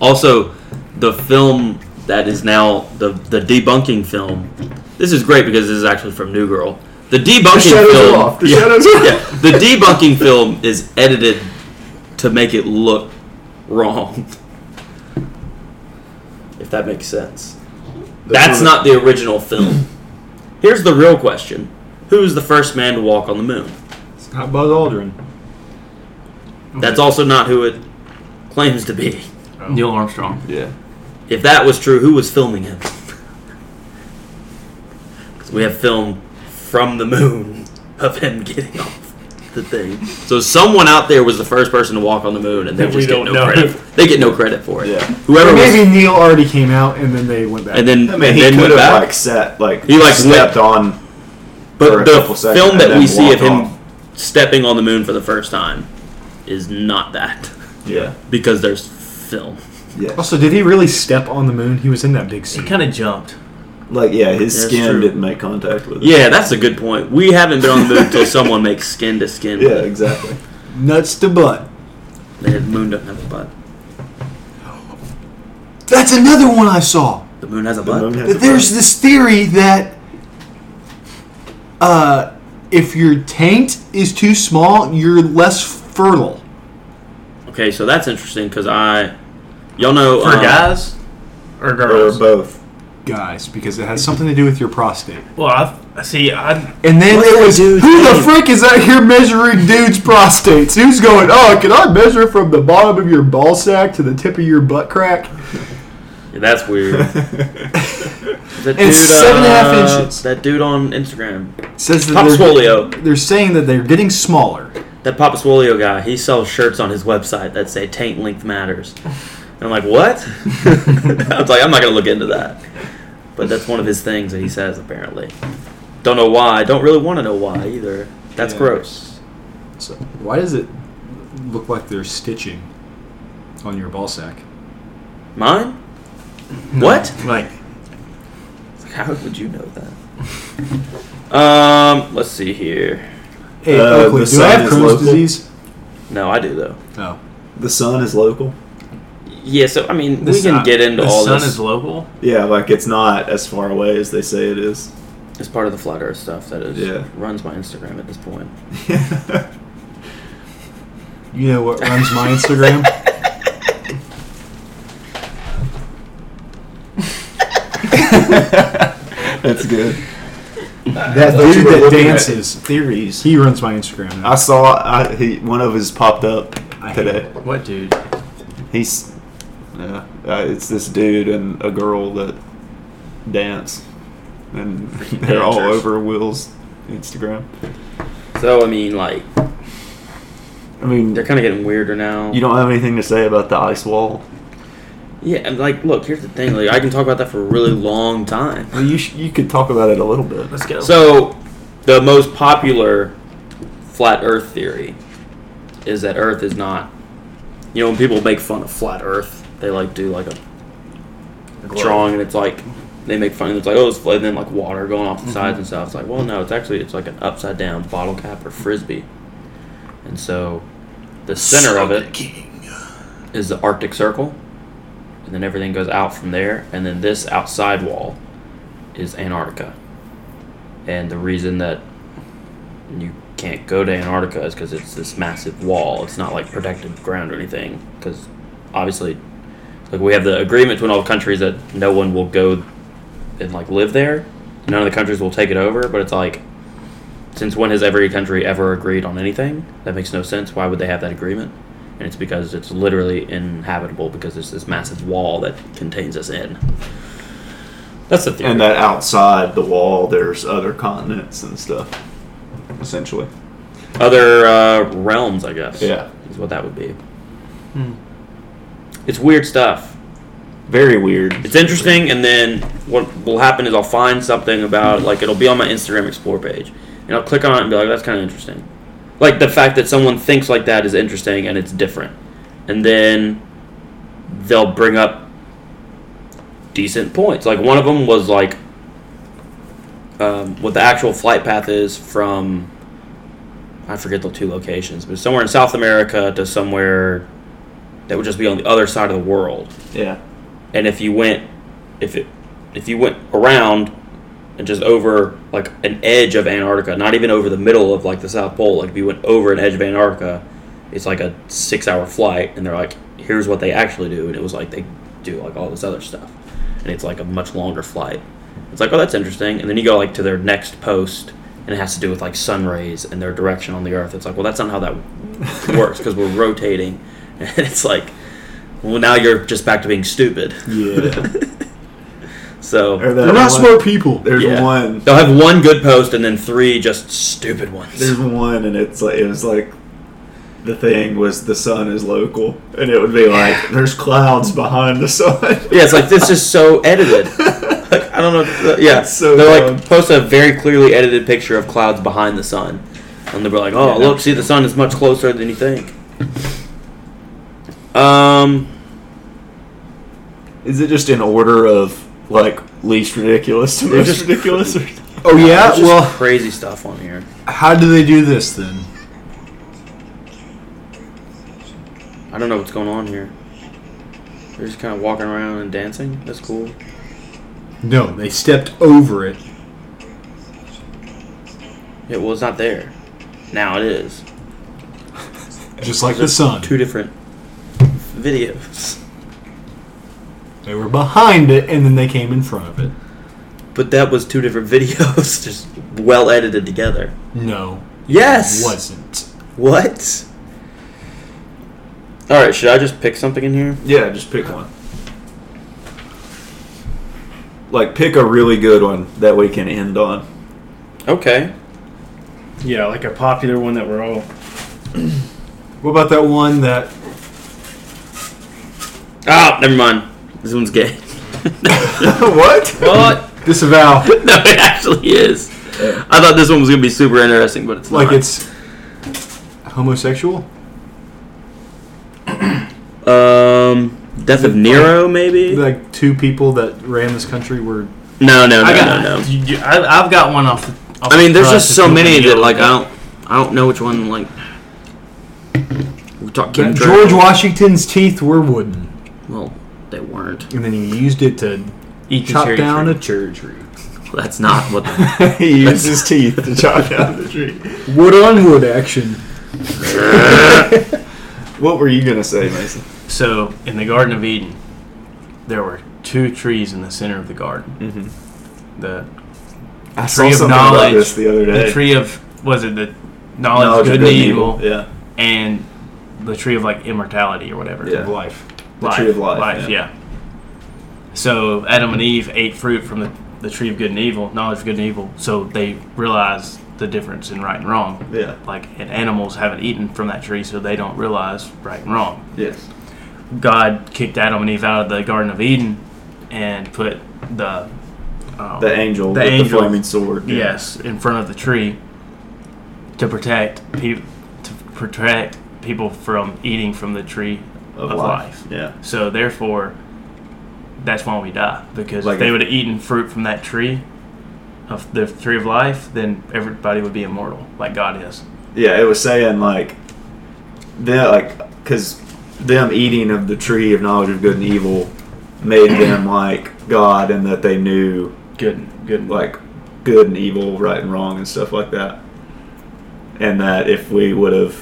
S2: Also, the film that is now the the debunking film. This is great because this is actually from New Girl. The debunking
S1: shadows
S2: film.
S1: are off. The
S2: yeah,
S1: shadows are
S2: yeah. The debunking film is edited to make it look wrong. If that makes sense. That's not the original film. Here's the real question. Who's the first man to walk on the moon?
S3: It's not Buzz Aldrin.
S2: That's also not who it claims to be.
S6: Neil Armstrong.
S1: Yeah.
S2: If that was true, who was filming him? 'Cause we have film from the moon of him getting off the thing. So someone out there was the first person to walk on the moon, and they
S4: That we
S2: just get
S4: don't
S2: no
S4: know.
S2: credit. They get no credit for it.
S1: Yeah.
S2: Whoever was,
S3: Maybe Neil already came out and then they went back.
S2: and then
S1: I mean,
S2: and
S1: he
S2: then
S1: could
S2: went
S1: have
S2: back.
S1: like set like
S2: He, like,
S1: stepped on. for
S2: but
S1: a
S2: the
S1: couple seconds
S2: film
S1: and
S2: that
S1: then
S2: we see of
S1: walked off.
S2: him stepping on the moon for the first time is not that
S1: Yeah.
S2: because there's film.
S1: Yeah.
S3: also, did he really step on the moon? He was in that big
S4: He
S3: suit.
S4: kind of jumped.
S1: Like yeah, his
S2: That's
S1: skin
S2: true.
S1: didn't make contact with it.
S2: Yeah, that's a good point. We haven't been on the moon until someone makes skin to skin.
S1: Yeah. Exactly.
S3: Nuts to butt.
S2: The moon doesn't have a butt.
S3: That's another one I saw.
S2: The moon has a
S1: The
S2: butt.
S1: moon has a
S3: But there's
S1: brain.
S3: this theory that uh, if your taint is too small, you're less fertile.
S2: Okay, so that's interesting because I, y'all know,
S4: For
S2: um,
S4: guys or
S1: or
S4: girls?
S1: both.
S3: Guys, because it has something to do with your prostate.
S4: well, I I see. I
S3: And then
S1: What
S3: it
S1: do
S3: was,
S1: they do
S3: who
S1: with
S3: the
S1: taint?
S3: frick is out here measuring dudes' prostates? Who's going, oh, can I measure from the bottom of your ball sack to the tip of your butt crack?
S2: yeah, that's weird. that dude,
S3: seven and a half
S2: uh,
S3: inches.
S2: That dude on Instagram,
S3: Says that
S2: Pop
S3: they're,
S2: Swolio.
S3: they're saying that they're getting smaller.
S2: That Papa Swolio guy, he sells shirts on his website that say "Taint Length Matters," and I'm like, what? I was like, I'm not gonna look into that. But that's one of his things that he says apparently. Don't know why. Don't really want to know why either. That's
S3: Yeah.
S2: gross.
S3: So why does it look like they're stitching on your ball sack?
S2: Mine? What?
S4: like
S2: How would you know that? um, let's see here.
S3: Hey,
S1: Uh,
S3: Oakley,
S1: the
S3: do I have
S1: sun is
S3: Crohn's
S1: local?
S3: disease?
S2: No, I do though.
S3: No.
S1: The sun is local.
S2: Yeah, so I mean,
S4: the
S2: we can
S4: sun-
S2: get into
S4: uh, the
S2: all
S4: sun
S2: this
S4: is local.
S1: Yeah, like it's not as far away as they say it is.
S2: as part of the flat Earth stuff that is
S1: Yeah.
S2: runs my Instagram at this point.
S3: You know what runs my Instagram?
S1: That's good.
S3: that
S1: thought you
S3: dude
S1: were
S3: that
S1: looking at
S3: dances.
S1: Theories.
S3: He runs my Instagram.
S1: I
S3: Now.
S1: saw I, he, one of his popped up
S3: I hate
S1: today.
S4: What dude?
S1: He's yeah, uh, it's this dude and a girl that dance, and they're all
S2: dancers.
S1: over Will's Instagram.
S2: So I mean, like
S1: I mean,
S2: they're kind of getting weirder now.
S1: you don't have anything to say about the ice wall.
S2: Yeah, and like look, here's the thing. Like I can talk about that for a really long time.
S1: Well, you sh- you could talk about it a little bit.
S4: Let's go.
S2: So, the most popular flat Earth theory is that Earth is not. You know, when people make fun of flat Earth, they like do like a drawing, and it's like they make fun. And it's like oh, it's flat, and then like water going off the sides and stuff. It's like well, no, it's actually it's like an upside down bottle cap or frisbee, and so the center of it is the Arctic Circle, and then everything goes out from there, and then this outside wall is Antarctica. And the reason that you can't go to Antarctica is because it's this massive wall. It's not like protected ground or anything, because obviously, like we have the agreement between all the countries that no one will go and like live there. None of the countries will take it over, but it's like. Since when has every country ever agreed on anything? That makes no sense. Why would they have that agreement? and it's because it's literally inhabitable because there's this massive wall that contains us in. That's the theory.
S1: And that outside the wall, there's other continents and stuff. Essentially,
S2: Other uh, realms, I guess.
S1: Yeah.
S2: is what that would be. It's weird stuff.
S1: very weird.
S2: It's interesting, and then what will happen is I'll find something about like it'll be on my Instagram Explore page, and I'll click on it and be like, "That's kind of interesting." Like the fact that someone thinks like that is interesting and it's different, and then they'll bring up decent points. Like one of them was like um, what the actual flight path is from I forget the two locations, but somewhere in South America to somewhere that would just be on the other side of the world
S1: Yeah,
S2: and if you went if it if you went around and just over like an edge of Antarctica, not even over the middle of like the South Pole, like if you went over an edge of Antarctica, it's like a six hour flight and they're like, here's what they actually do and it was like they do like all this other stuff. And it's like a much longer flight. It's like, oh that's interesting and then you go like to their next post and it has to do with like sun rays and their direction on the Earth. It's like, well, that's not how that works because we're rotating, and it's like, well, now you're just back to being stupid.
S1: Yeah.
S2: So
S3: They're not smart people.
S1: There's
S2: Yeah.
S1: one.
S2: they'll have one good post and then three just stupid ones.
S1: There's one, and it's like it was like the thing was the sun is local, and it would be like there's clouds behind the sun.
S2: Yeah, it's like this is so edited. Like, I don't know. uh, Yeah,
S1: That's so
S2: they're
S1: dumb.
S2: like post a very clearly edited picture of clouds behind the sun, and they were like, "Oh, look, see, the sun is much closer than you think." Um,
S1: Is it just in order of like least ridiculous to most
S2: just-
S1: ridiculous? Or
S3: Oh yeah.
S2: there's just
S3: Well,
S2: crazy stuff on here.
S3: how do they do this then?
S2: I don't know what's going on here. They're just kind of walking around and dancing. That's cool.
S3: No, they stepped over it.
S2: It was not there. Now it is.
S3: Just like the sun.
S2: Two different videos.
S3: They were behind it and then they came in front of it.
S2: But that was two different videos, just well edited together.
S3: No.
S2: Yes.
S3: Wasn't.
S2: What? All right, should I just pick something in here?
S1: yeah, just pick one. Like pick a really good one that we can end on.
S2: Okay.
S6: Yeah, like a popular one that we're all.
S3: What about that one that
S2: Ah, never mind. This one's gay.
S1: what?
S2: What?
S3: disavow?
S2: no, it actually is. I thought this one was gonna be super interesting, but it's
S3: like
S2: not.
S3: it's homosexual?
S2: um Death of Nero, maybe.
S3: Like two people that ran this country were
S2: No, no, no,
S4: I got,
S2: no, no.
S4: You, you, I, I've got one off. The, off
S2: I mean, there's
S4: the
S2: just
S4: truck.
S2: so many
S4: It's
S2: that like I don't, I don't know which one like. We talked Kim
S3: George
S2: Travolta.
S3: Washington's teeth were wooden,
S2: Well, they weren't.
S3: and then he used it to
S6: Eat your
S3: chop
S6: cherry
S3: down
S6: tree.
S3: a cherry tree.
S2: That's not what. The,
S1: he used his teeth to chop down the tree.
S3: Wood on wood action.
S1: What were you gonna say, Mason?
S4: So, in the Garden of Eden, there were two trees in the center of the garden.
S1: Mm-hmm.
S4: The
S1: I saw
S4: Tree of
S1: something about
S4: knowledge.
S1: this the other day.
S4: the tree of was it the knowledge, of good and evil,
S1: Yeah.
S4: and the tree of like immortality or whatever.
S1: Yeah.
S3: Life.
S1: The tree of life, yeah.
S4: yeah. So Adam and Eve ate fruit from the, the tree of good and evil, knowledge of good and evil. So they realized the difference in right and wrong.
S1: Yeah.
S4: Like, and animals haven't eaten from that tree, so they don't realize right and wrong.
S1: Yes.
S4: God kicked Adam and Eve out of the Garden of Eden and put the um,
S1: The angel
S4: The
S1: with
S4: angel.
S1: the flaming sword.
S4: yes in front of the tree to protect people to protect people from eating from the tree
S1: Of,
S4: of,
S1: life.
S4: life.
S1: Yeah.
S4: So therefore, that's why we die because
S1: Like
S4: if they
S1: if-
S4: would have eaten fruit from that tree of the tree of life, then everybody would be immortal like God is.
S1: Yeah, it was saying like them like cuz them eating of the tree of knowledge of good and evil made them like God and that they knew
S4: Good, good.
S1: like good and evil, right and wrong and stuff like that. And that if we would have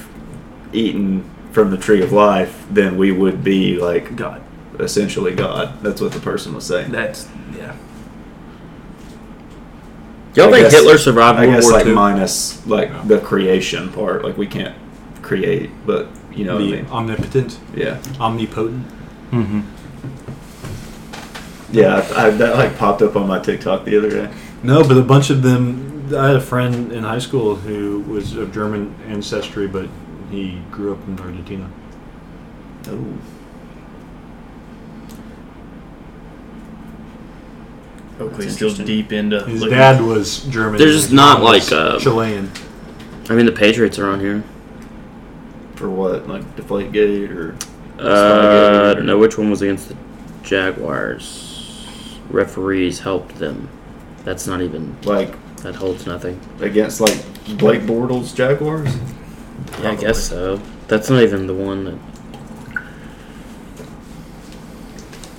S1: eaten from the tree of life, then we would be like
S4: God.
S1: essentially God. That's what the person was saying.
S4: That's yeah.
S2: y'all
S1: I
S2: think
S1: guess-
S2: Hitler survived
S1: I
S2: World
S1: guess
S2: War
S1: like
S2: II?
S1: minus like the creation part, like we can't create, but you know
S3: the
S1: what I mean?
S3: omnipotent,
S1: Yeah,
S3: omnipotent.
S4: Mm-hmm.
S1: yeah. I, I, that like popped up on my TikTok the other day.
S3: No, but a bunch of them. I had a friend in high school who was of German ancestry, but he grew up in Argentina.
S1: Oh,
S4: Oakley's
S2: That's
S4: still
S2: interesting.
S4: deep into.
S3: His
S4: looking-
S3: dad was German.
S2: They're just
S3: his
S2: not
S3: mom was
S2: like, uh,
S3: Chilean.
S2: I mean, the Patriots are on here.
S1: for what? Like deflate gate or
S2: Uh, I don't know which one was against the Jaguars. Referees helped them. That's not even.
S1: like
S2: That holds nothing.
S1: against like Blake Bortles Jaguars?
S2: Yeah, I guess so. That's not even the one that.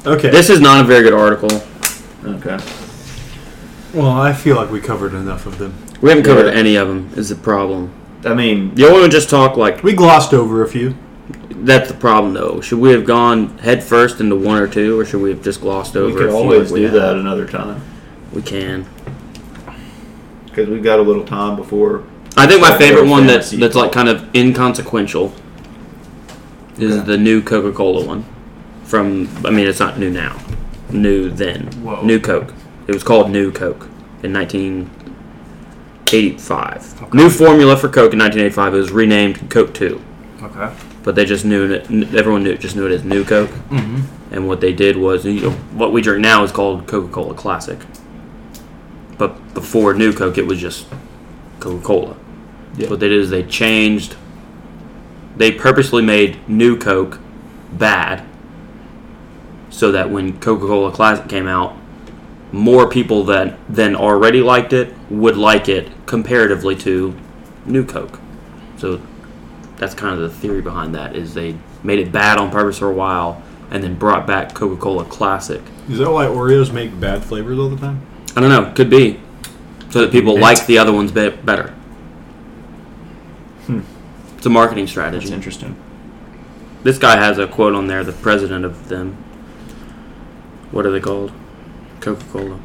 S3: Okay.
S2: This is not a very good article.
S1: Okay.
S3: well, I feel like we covered enough of them.
S2: We haven't covered
S1: Yeah.
S2: any of them. Is the problem?
S1: I mean,
S2: Y'all want to just talk like
S3: We glossed over a few.
S2: that's the problem though? Should we have gone head first into one or two, or should we have just glossed over?
S1: we could
S2: a few
S1: always
S2: like we
S1: do
S2: have?
S1: that another time.
S2: We can.
S1: because we've got a little time before.
S2: I think my
S1: Like
S2: favorite one that,
S1: fantasy.
S2: that's like kind of inconsequential is
S1: Okay.
S2: the new Coca Cola one. From I mean, it's not new now, new then.
S4: Whoa.
S2: New Coke. It was called New Coke in 1985. New formula for Coke in 1985. It was renamed Coke Two,
S4: Okay.
S2: but they just knew it. n- Everyone knew just knew it as New Coke.
S3: Mm-hmm.
S4: Mhm.
S2: And what they did was, you know, what we drink now is called Coca Cola Classic. But before New Coke, it was just Coca Cola.
S1: Yeah.
S2: What they did is they changed, they purposely made New Coke bad so that when Coca Cola Classic came out, more people that then already liked it would like it comparatively to New Coke. So that's kind of the theory behind that is they made it bad on purpose for a while and then brought back coca-cola classic
S3: Is that why Oreos make bad flavors all the time?
S2: i don't know could be so that people
S4: It's-
S2: like the other ones bit better it's a marketing strategy
S1: That's interesting.
S2: this guy has a quote on there the president of them what are they called coca-cola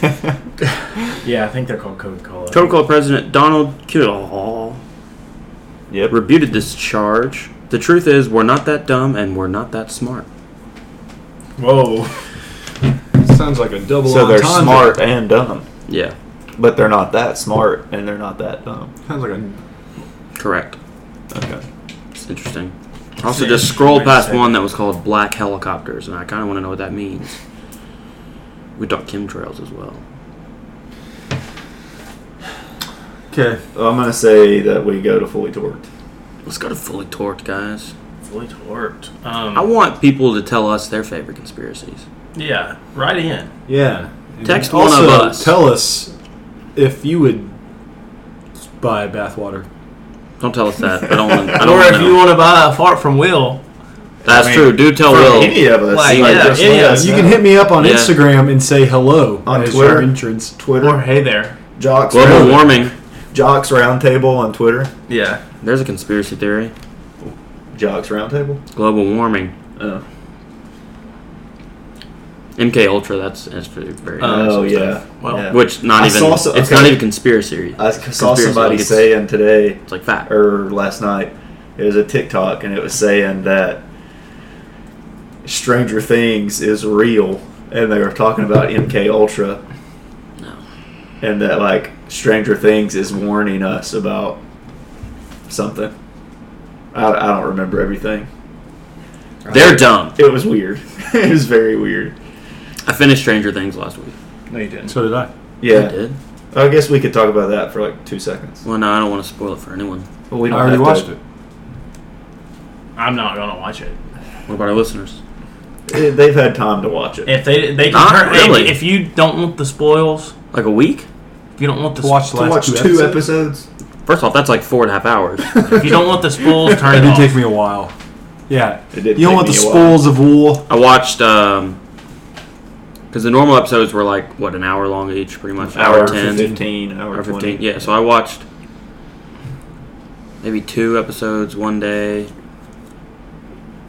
S4: Yeah, I think they're called Coca Cola.
S2: coca-cola president donald Kuhl
S1: Yep.
S2: rebuted this charge the truth is we're not that dumb and we're not that smart
S3: Whoa. Sounds like a double
S1: So they're
S3: entendre.
S1: smart and dumb,
S2: yeah
S1: but they're not that smart and they're not that dumb.
S3: Sounds like a
S2: correct
S1: Okay.
S2: It's interesting. I also just scrolled past one that was called Black Helicopters, and I kind of want to know what that means. We talked chemtrails as well.
S1: Okay. I'm gonna say that we go to fully torqued.
S2: Let's go to Fully Torqued, guys.
S4: Fully torqued. Um,
S2: I want people to tell us their favorite conspiracies.
S4: yeah, right in.
S3: Yeah.
S2: Text
S3: also,
S2: one of us.
S3: Tell us if you would buy bathwater.
S2: Don't tell us that. I don't want I don't
S4: Or
S2: wanna
S4: if
S2: know.
S4: you want to buy a fart from Will,
S2: That's
S1: I mean,
S2: true. Do tell
S1: For
S2: Will.
S1: any of us,
S4: Like, yeah,
S1: just
S4: any
S1: let
S4: of
S1: us
S4: us.
S3: You
S1: know.
S3: can hit me up on
S2: Yeah.
S3: Instagram and say hello
S1: On
S3: as
S1: Twitter?
S3: your entrance.
S1: Twitter.
S4: or hey there.
S1: Jocks.
S2: Global
S1: Round-
S2: warming.
S1: Jocks Roundtable on Twitter.
S4: Yeah.
S2: There's a conspiracy theory.
S1: Jocks Roundtable.
S2: Global warming.
S1: Oh.
S2: MK Ultra. That's that's pretty very.
S4: Uh,
S1: Oh
S4: some
S1: yeah.
S4: stuff. Well,
S1: yeah.
S2: Which not
S1: I
S2: even.
S1: saw so-
S2: It's
S1: okay.
S2: not even conspiracy.
S1: I saw
S2: conspiracy,
S1: somebody
S2: like it's-
S1: saying today
S2: It's like fact.
S1: or last night. It was a TikTok, and it was saying that Stranger Things is real, and they were talking about MK Ultra,
S2: No.
S1: and that like Stranger Things is warning us about something. I, I don't remember everything.
S2: They're dumb.
S1: It was weird. it was very weird.
S2: I finished Stranger Things last week.
S4: No, you didn't.
S3: So did I.
S2: I
S1: Yeah,
S2: did.
S1: I guess we could talk about that for like two seconds.
S2: Well, no, I don't want to spoil it for anyone.
S1: Well, we
S3: I already
S1: have
S3: watched
S1: to-
S3: it.
S4: I'm not gonna watch it.
S2: What about our listeners?
S1: Eh, They've had time to watch it.
S4: If they they can
S2: Not
S4: turn if-
S2: really.
S4: if, you don't want the spoils,
S2: Like a week?
S4: if you don't want the
S3: To watch
S4: spoils,
S3: the
S1: To
S3: last
S1: watch two, episodes.
S2: First off, that's like four and a half hours.
S4: if you don't want the spoils, turn
S3: It
S4: it
S3: did
S4: off.
S3: take me a while. Yeah.
S1: It did
S3: You don't
S1: take
S3: want the
S1: me a while.
S3: spoils of war.
S2: I watched um 'cause because the normal episodes were like what an hour long each, pretty much hour, ten,
S1: fifteen, hour,
S2: hour
S1: 20.
S2: fifteen. Yeah, so I watched maybe two episodes one day,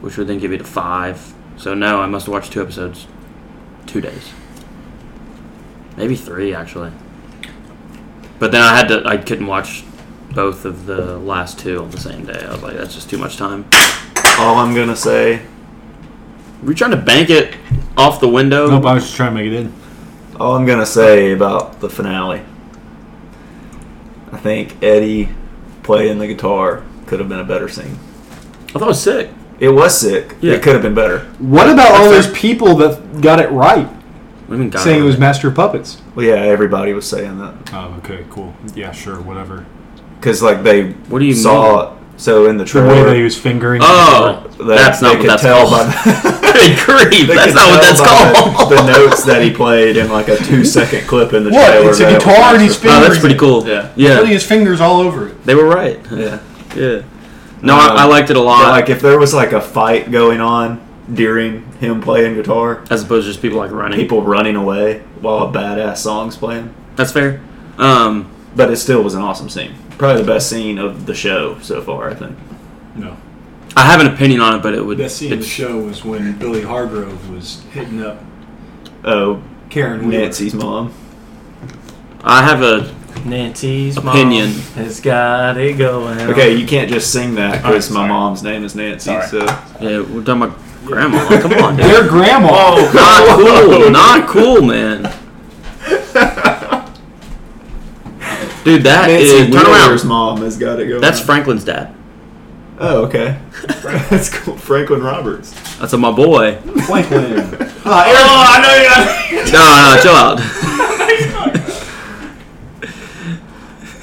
S2: which would then give me to five. So no, I must have watched two episodes, two days, maybe three actually. But then I had to, I couldn't watch both of the last two on the same day. I was like, that's just too much time.
S1: All I'm gonna say,
S2: Were you trying to bank it off the window?
S3: Nope, I was just trying to make it in.
S1: all I'm gonna say about the finale. I think Eddie playing the guitar could have been a better scene.
S2: I thought it was sick.
S1: It was sick.
S2: Yeah.
S1: It could have been better.
S3: What about all those people that got it right,
S2: We even got
S3: saying it
S2: over
S3: was Master of Puppets?
S1: Well, yeah, everybody was saying that
S3: Oh, okay, cool. Yeah, sure, whatever.
S1: because like they
S2: What do you
S1: saw so in the
S3: The way
S1: trailer.
S3: they was fingering.
S2: Oh,
S1: that
S2: that's
S1: they
S2: not what
S1: could
S2: that's
S1: tell
S2: called.
S1: by-
S2: Good grief,
S1: they
S2: that's
S1: could
S2: not
S1: tell
S2: what that's
S1: by
S2: called.
S1: The, the notes that he played in like a two second clip in the
S3: What?
S1: trailer.
S3: It's a
S1: that was
S3: guitar
S1: Master
S3: and he's
S1: of
S2: Oh,
S1: Puppets.
S2: that's pretty cool.
S1: Yeah.
S3: Putting
S2: yeah,
S3: his fingers all over it.
S2: they were right.
S1: Yeah.
S2: Yeah. No, I,
S1: Um,
S2: I liked it a lot.
S1: But, like if there was like a fight going on during him playing guitar,
S2: as opposed to just people like running.
S1: people running away while a badass song's playing.
S2: That's fair. Um,
S1: But it still was an awesome scene. Probably the best scene of the show so far, I think.
S3: No.
S2: I have an opinion on it, but it would.
S3: Best scene in the
S2: it's-
S3: show was when Billy Hargrove was hitting up
S1: Oh,
S3: Karen Wheeler.
S1: Nancy's mom.
S2: I have a
S4: Nancy's
S2: Opinion.
S4: mom has got it going.
S1: Okay, you can't just sing that
S4: All right,
S1: because my
S4: sorry.
S1: mom's name is Nancy.
S4: Sorry.
S1: So
S2: yeah. We're talking about grandma. Come on, dude.
S3: Their grandma.
S2: Oh, Not cool. Not cool, man. Dude, that is
S1: Nancy
S2: turn
S1: Wheeler's
S2: around.
S1: mom has got it going.
S2: That's Franklin's dad.
S1: oh okay. That's cool. Franklin Roberts. Uh,
S2: That's my boy. No,
S3: Franklin.
S4: Oh, I know you.
S2: no, chill out.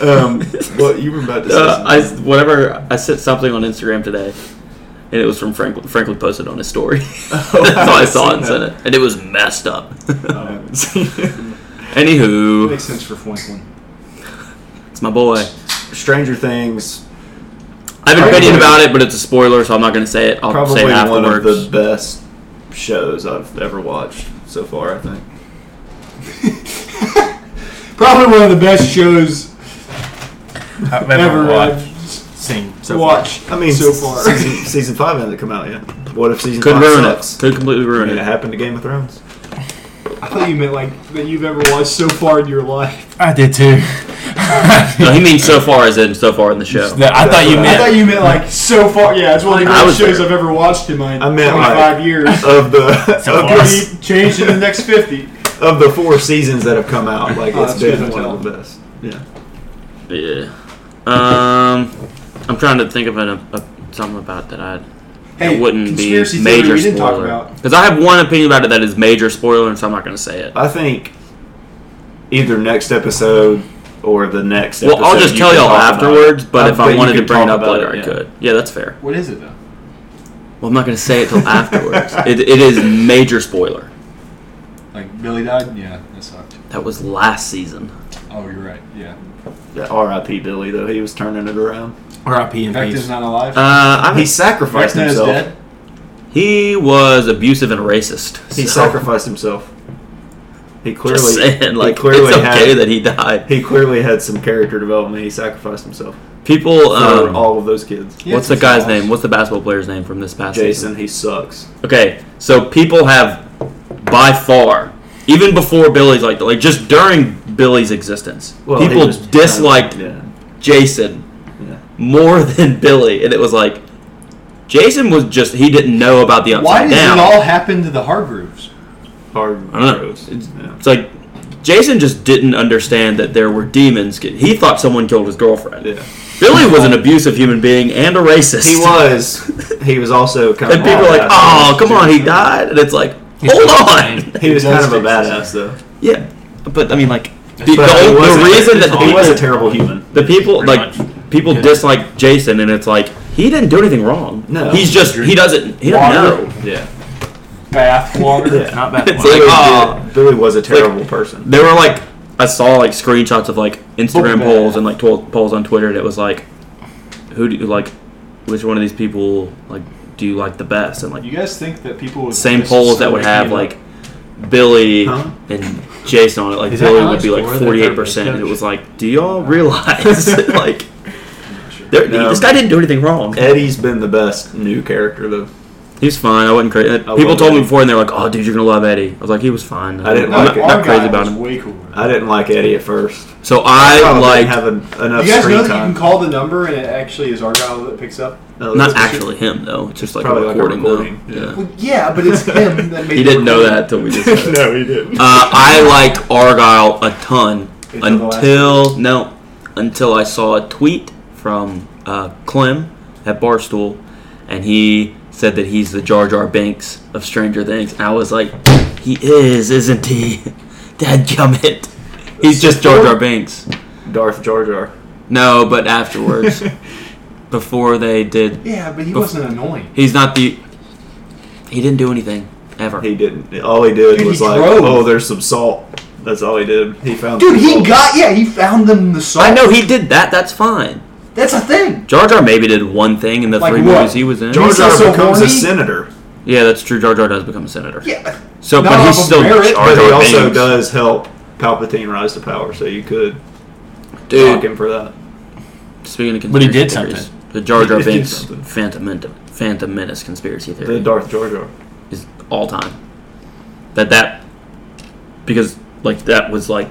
S1: Um, what you were about to say?
S2: Uh,
S1: something.
S2: I whatever I sent something on Instagram today, and it was from Franklin. Franklin posted on his story. That's how I saw it
S1: Oh,
S2: and sent it, and it was messed up. Anywho,
S3: Makes sense for Franklin.
S2: it's my boy.
S1: Stranger Things,
S2: I have an opinion
S1: Probably-
S2: about it, but it's a spoiler, so I'm not going to say it. I'll
S1: probably
S2: say it
S1: one
S2: afterwards.
S1: of the best shows I've ever watched so far. I think.
S3: Probably one of the best shows
S4: I've
S3: ever uh,
S4: watched,
S3: watched.
S4: seen so
S3: So
S4: far.
S3: watched.
S1: I mean,
S3: so far.
S1: season, season five hasn't come out yet. What if season
S2: Could
S1: five
S2: ruin
S1: sucks?
S2: it. Could completely
S1: I
S2: ruin
S1: mean, it
S2: it.
S1: happened to Game of Thrones.
S3: I thought you meant like that you've ever watched so far in your life.
S4: I did too.
S2: No, he means so far as in so far in the show.
S4: No, I thought you
S1: what
S3: I
S4: meant.
S3: thought you meant like so far. Yeah, it's one of the
S2: I
S3: greatest
S2: was
S3: shows
S2: there.
S3: I've ever watched in my
S1: I meant, like-
S3: 25 years.
S1: Of the
S4: So
S1: of,
S4: far.
S1: the,
S3: Be changed in the next 50.
S1: of the four seasons that have come out, like
S3: Oh,
S1: it's
S3: that's
S1: been
S3: good
S1: one
S3: hotel.
S1: of the best. Yeah.
S2: Yeah. Um, I'm trying to think of an, a, something about that I
S3: Hey,
S2: it wouldn't be major
S3: conspiracy theory
S2: spoiler.
S3: we didn't talk about.
S2: Because I have one opinion about it that is major spoiler, and so I'm not going to say it.
S1: I think either next episode or the next.
S2: well, I'll
S1: episode
S2: just
S1: you
S2: tell
S1: can
S2: y'all
S1: talk about it.
S2: afterwards. But
S1: I
S2: if I
S1: bet you
S2: wanted to
S1: can
S2: bring it
S1: talk
S2: up
S1: about
S2: later,
S1: it,
S2: I
S1: yeah.
S2: could. Yeah, that's fair.
S3: What is it though?
S2: Well, I'm not going to say it till afterwards. It, it is major spoiler.
S3: Like Billy died? Yeah, that sucked.
S2: That was last season.
S3: Oh, you're right. Yeah.
S1: That R.I.P. Billy though he was turning it around.
S4: R.I.P. in
S3: Vecna's
S4: peace.
S3: not alive.
S2: Uh, I
S1: He
S2: mean,
S1: sacrificed
S3: Vecna is
S1: himself.
S3: dead.
S2: he was abusive and racist.
S1: He
S2: so-
S1: sacrificed himself. He clearly,
S2: Just saying, like,
S1: he clearly
S2: it's okay
S1: had,
S2: that he died.
S1: he clearly had some character development. He sacrificed himself
S2: People,
S1: for
S2: um,
S1: all of those kids.
S3: Yeah,
S2: what's the
S3: it's
S2: guy's
S3: his
S2: name?
S3: loss.
S2: What's the basketball player's name from this past season?
S1: Jason, he sucks.
S2: Okay, so people have, by far, even before Billy's like, like just during Billy's existence,
S1: Well, he
S2: people
S1: was-
S2: disliked
S1: Yeah,
S2: Jason
S1: yeah.
S2: more than Billy, and it was like, Jason was just he didn't know about the upside
S3: Why does
S2: down.
S3: it all happen to the Hargroves?
S1: Hard
S2: I don't know.
S1: roads. Yeah.
S2: It's like Jason just didn't understand that there were demons. He thought someone killed his girlfriend.
S1: yeah.
S2: Billy was an abusive human being and a racist.
S1: He was. He was also kind
S2: and
S1: of.
S2: people
S1: a
S2: are like,
S1: badass.
S2: "Oh, come on, he died," and it's like, "Hold on."
S1: He was kind of a
S3: Does
S1: badass
S3: fix
S1: though.
S2: Yeah, but I mean, like the, the,
S1: But he was
S2: the
S1: a-
S2: reason that the
S1: he was a
S2: people,
S1: terrible human.
S2: the people
S4: Pretty
S2: like
S4: much.
S2: people
S4: Yeah.
S2: dislike Jason, and it's like he didn't do anything wrong.
S1: No.
S2: he's just he doesn't he doesn't
S3: Water.
S2: know.
S1: Yeah.
S3: Bath water.
S1: Yeah.
S4: Not bad.
S2: It's
S4: one.
S2: like,
S1: Billy,
S2: oh.
S1: did- Billy was a terrible person.
S2: There were like I saw like screenshots of like Instagram
S3: Book
S2: polls
S3: bag.
S2: and like tw- polls on Twitter, and it was like, who do you like? Which one of these people like do you like the best? And like
S3: You guys think that people would
S2: same
S3: this
S2: polls that
S3: so
S2: would have
S3: came up?
S2: like Billy
S1: Huh?
S2: and Jason on it. Like
S4: Is that
S2: Billy would
S4: Alex
S2: be like
S4: Gore, the
S2: forty eight percent, and it
S4: coach?
S2: was like, do y'all realize like there-
S1: No.
S2: this guy didn't do anything wrong?
S1: Eddie's been the best new character though.
S2: He's fine. I wasn't crazy.
S1: I
S2: People
S1: love
S2: told me
S1: Eddie.
S2: before, and they're like, "Oh, dude, you're gonna love Eddie." I was like, "He was fine."
S1: I didn't
S3: No,
S2: I'm
S1: like
S2: not,
S1: it.
S2: not
S3: our
S2: crazy
S3: guy
S2: about
S3: was
S2: him.
S3: way cooler.
S1: I didn't like Eddie at first.
S2: So I
S1: Probably
S2: like
S1: didn't have en- enough
S3: You guys
S1: screen
S3: know that
S1: time.
S3: you can call the number and it actually is Argyle that picks up?
S1: No,
S2: not
S1: that's-
S2: actually him though. It's just like
S1: Probably
S2: a
S1: like a
S2: recording.
S1: recording,
S2: though. Yeah.
S1: yeah.
S3: Well, yeah, but it's him that made
S2: He
S3: the
S2: didn't know
S3: recording.
S2: that till we just. Said it.
S1: no, he didn't.
S2: Uh, I liked Argyle a ton
S3: Until the last
S2: until no, until I saw a tweet from uh, Clem at Barstool, and he said that he's the Jar Jar Binks of Stranger Things, and I was like, he is, isn't he? Dadgummit, he's just Jar Jar Binks.
S1: Darth Jar Jar.
S2: No, but afterwards, before they did,
S3: Yeah, but he
S2: Bef-
S3: wasn't annoying.
S2: he's not the. He didn't do anything ever.
S1: He didn't. All he did
S3: Dude,
S1: was
S3: he
S1: like,
S3: drove.
S1: oh, there's some salt. That's all he did. He found.
S3: Dude,
S1: some
S3: he
S1: salt.
S3: got yeah, he found them the song.
S2: I know he did that. That's fine.
S3: That's a thing.
S2: Jar Jar maybe did one thing in the
S3: Like
S2: three
S3: what?
S2: movies he was in.
S1: Jar
S3: He's
S1: Jar
S3: so
S1: becomes a
S3: horny.
S1: senator,
S2: yeah, that's true. Jar Jar does become a senator.
S3: Yeah, but
S2: So,
S3: Not
S2: but he's
S3: off of
S2: still
S3: merit,
S2: Jar
S1: but he
S2: Jar
S1: also
S2: Binks.
S1: does help Palpatine rise to power. So you could knock
S2: Dude,
S1: him for that.
S2: speaking of conspiracy
S4: But he did
S2: theories,
S4: something.
S2: The Jar
S1: He
S2: Jar
S1: did
S2: Binks
S1: something.
S2: Phantom, Men- Phantom Menace conspiracy
S1: The
S2: theory
S1: Darth Jar Jar.
S2: is all time. That that because like that was like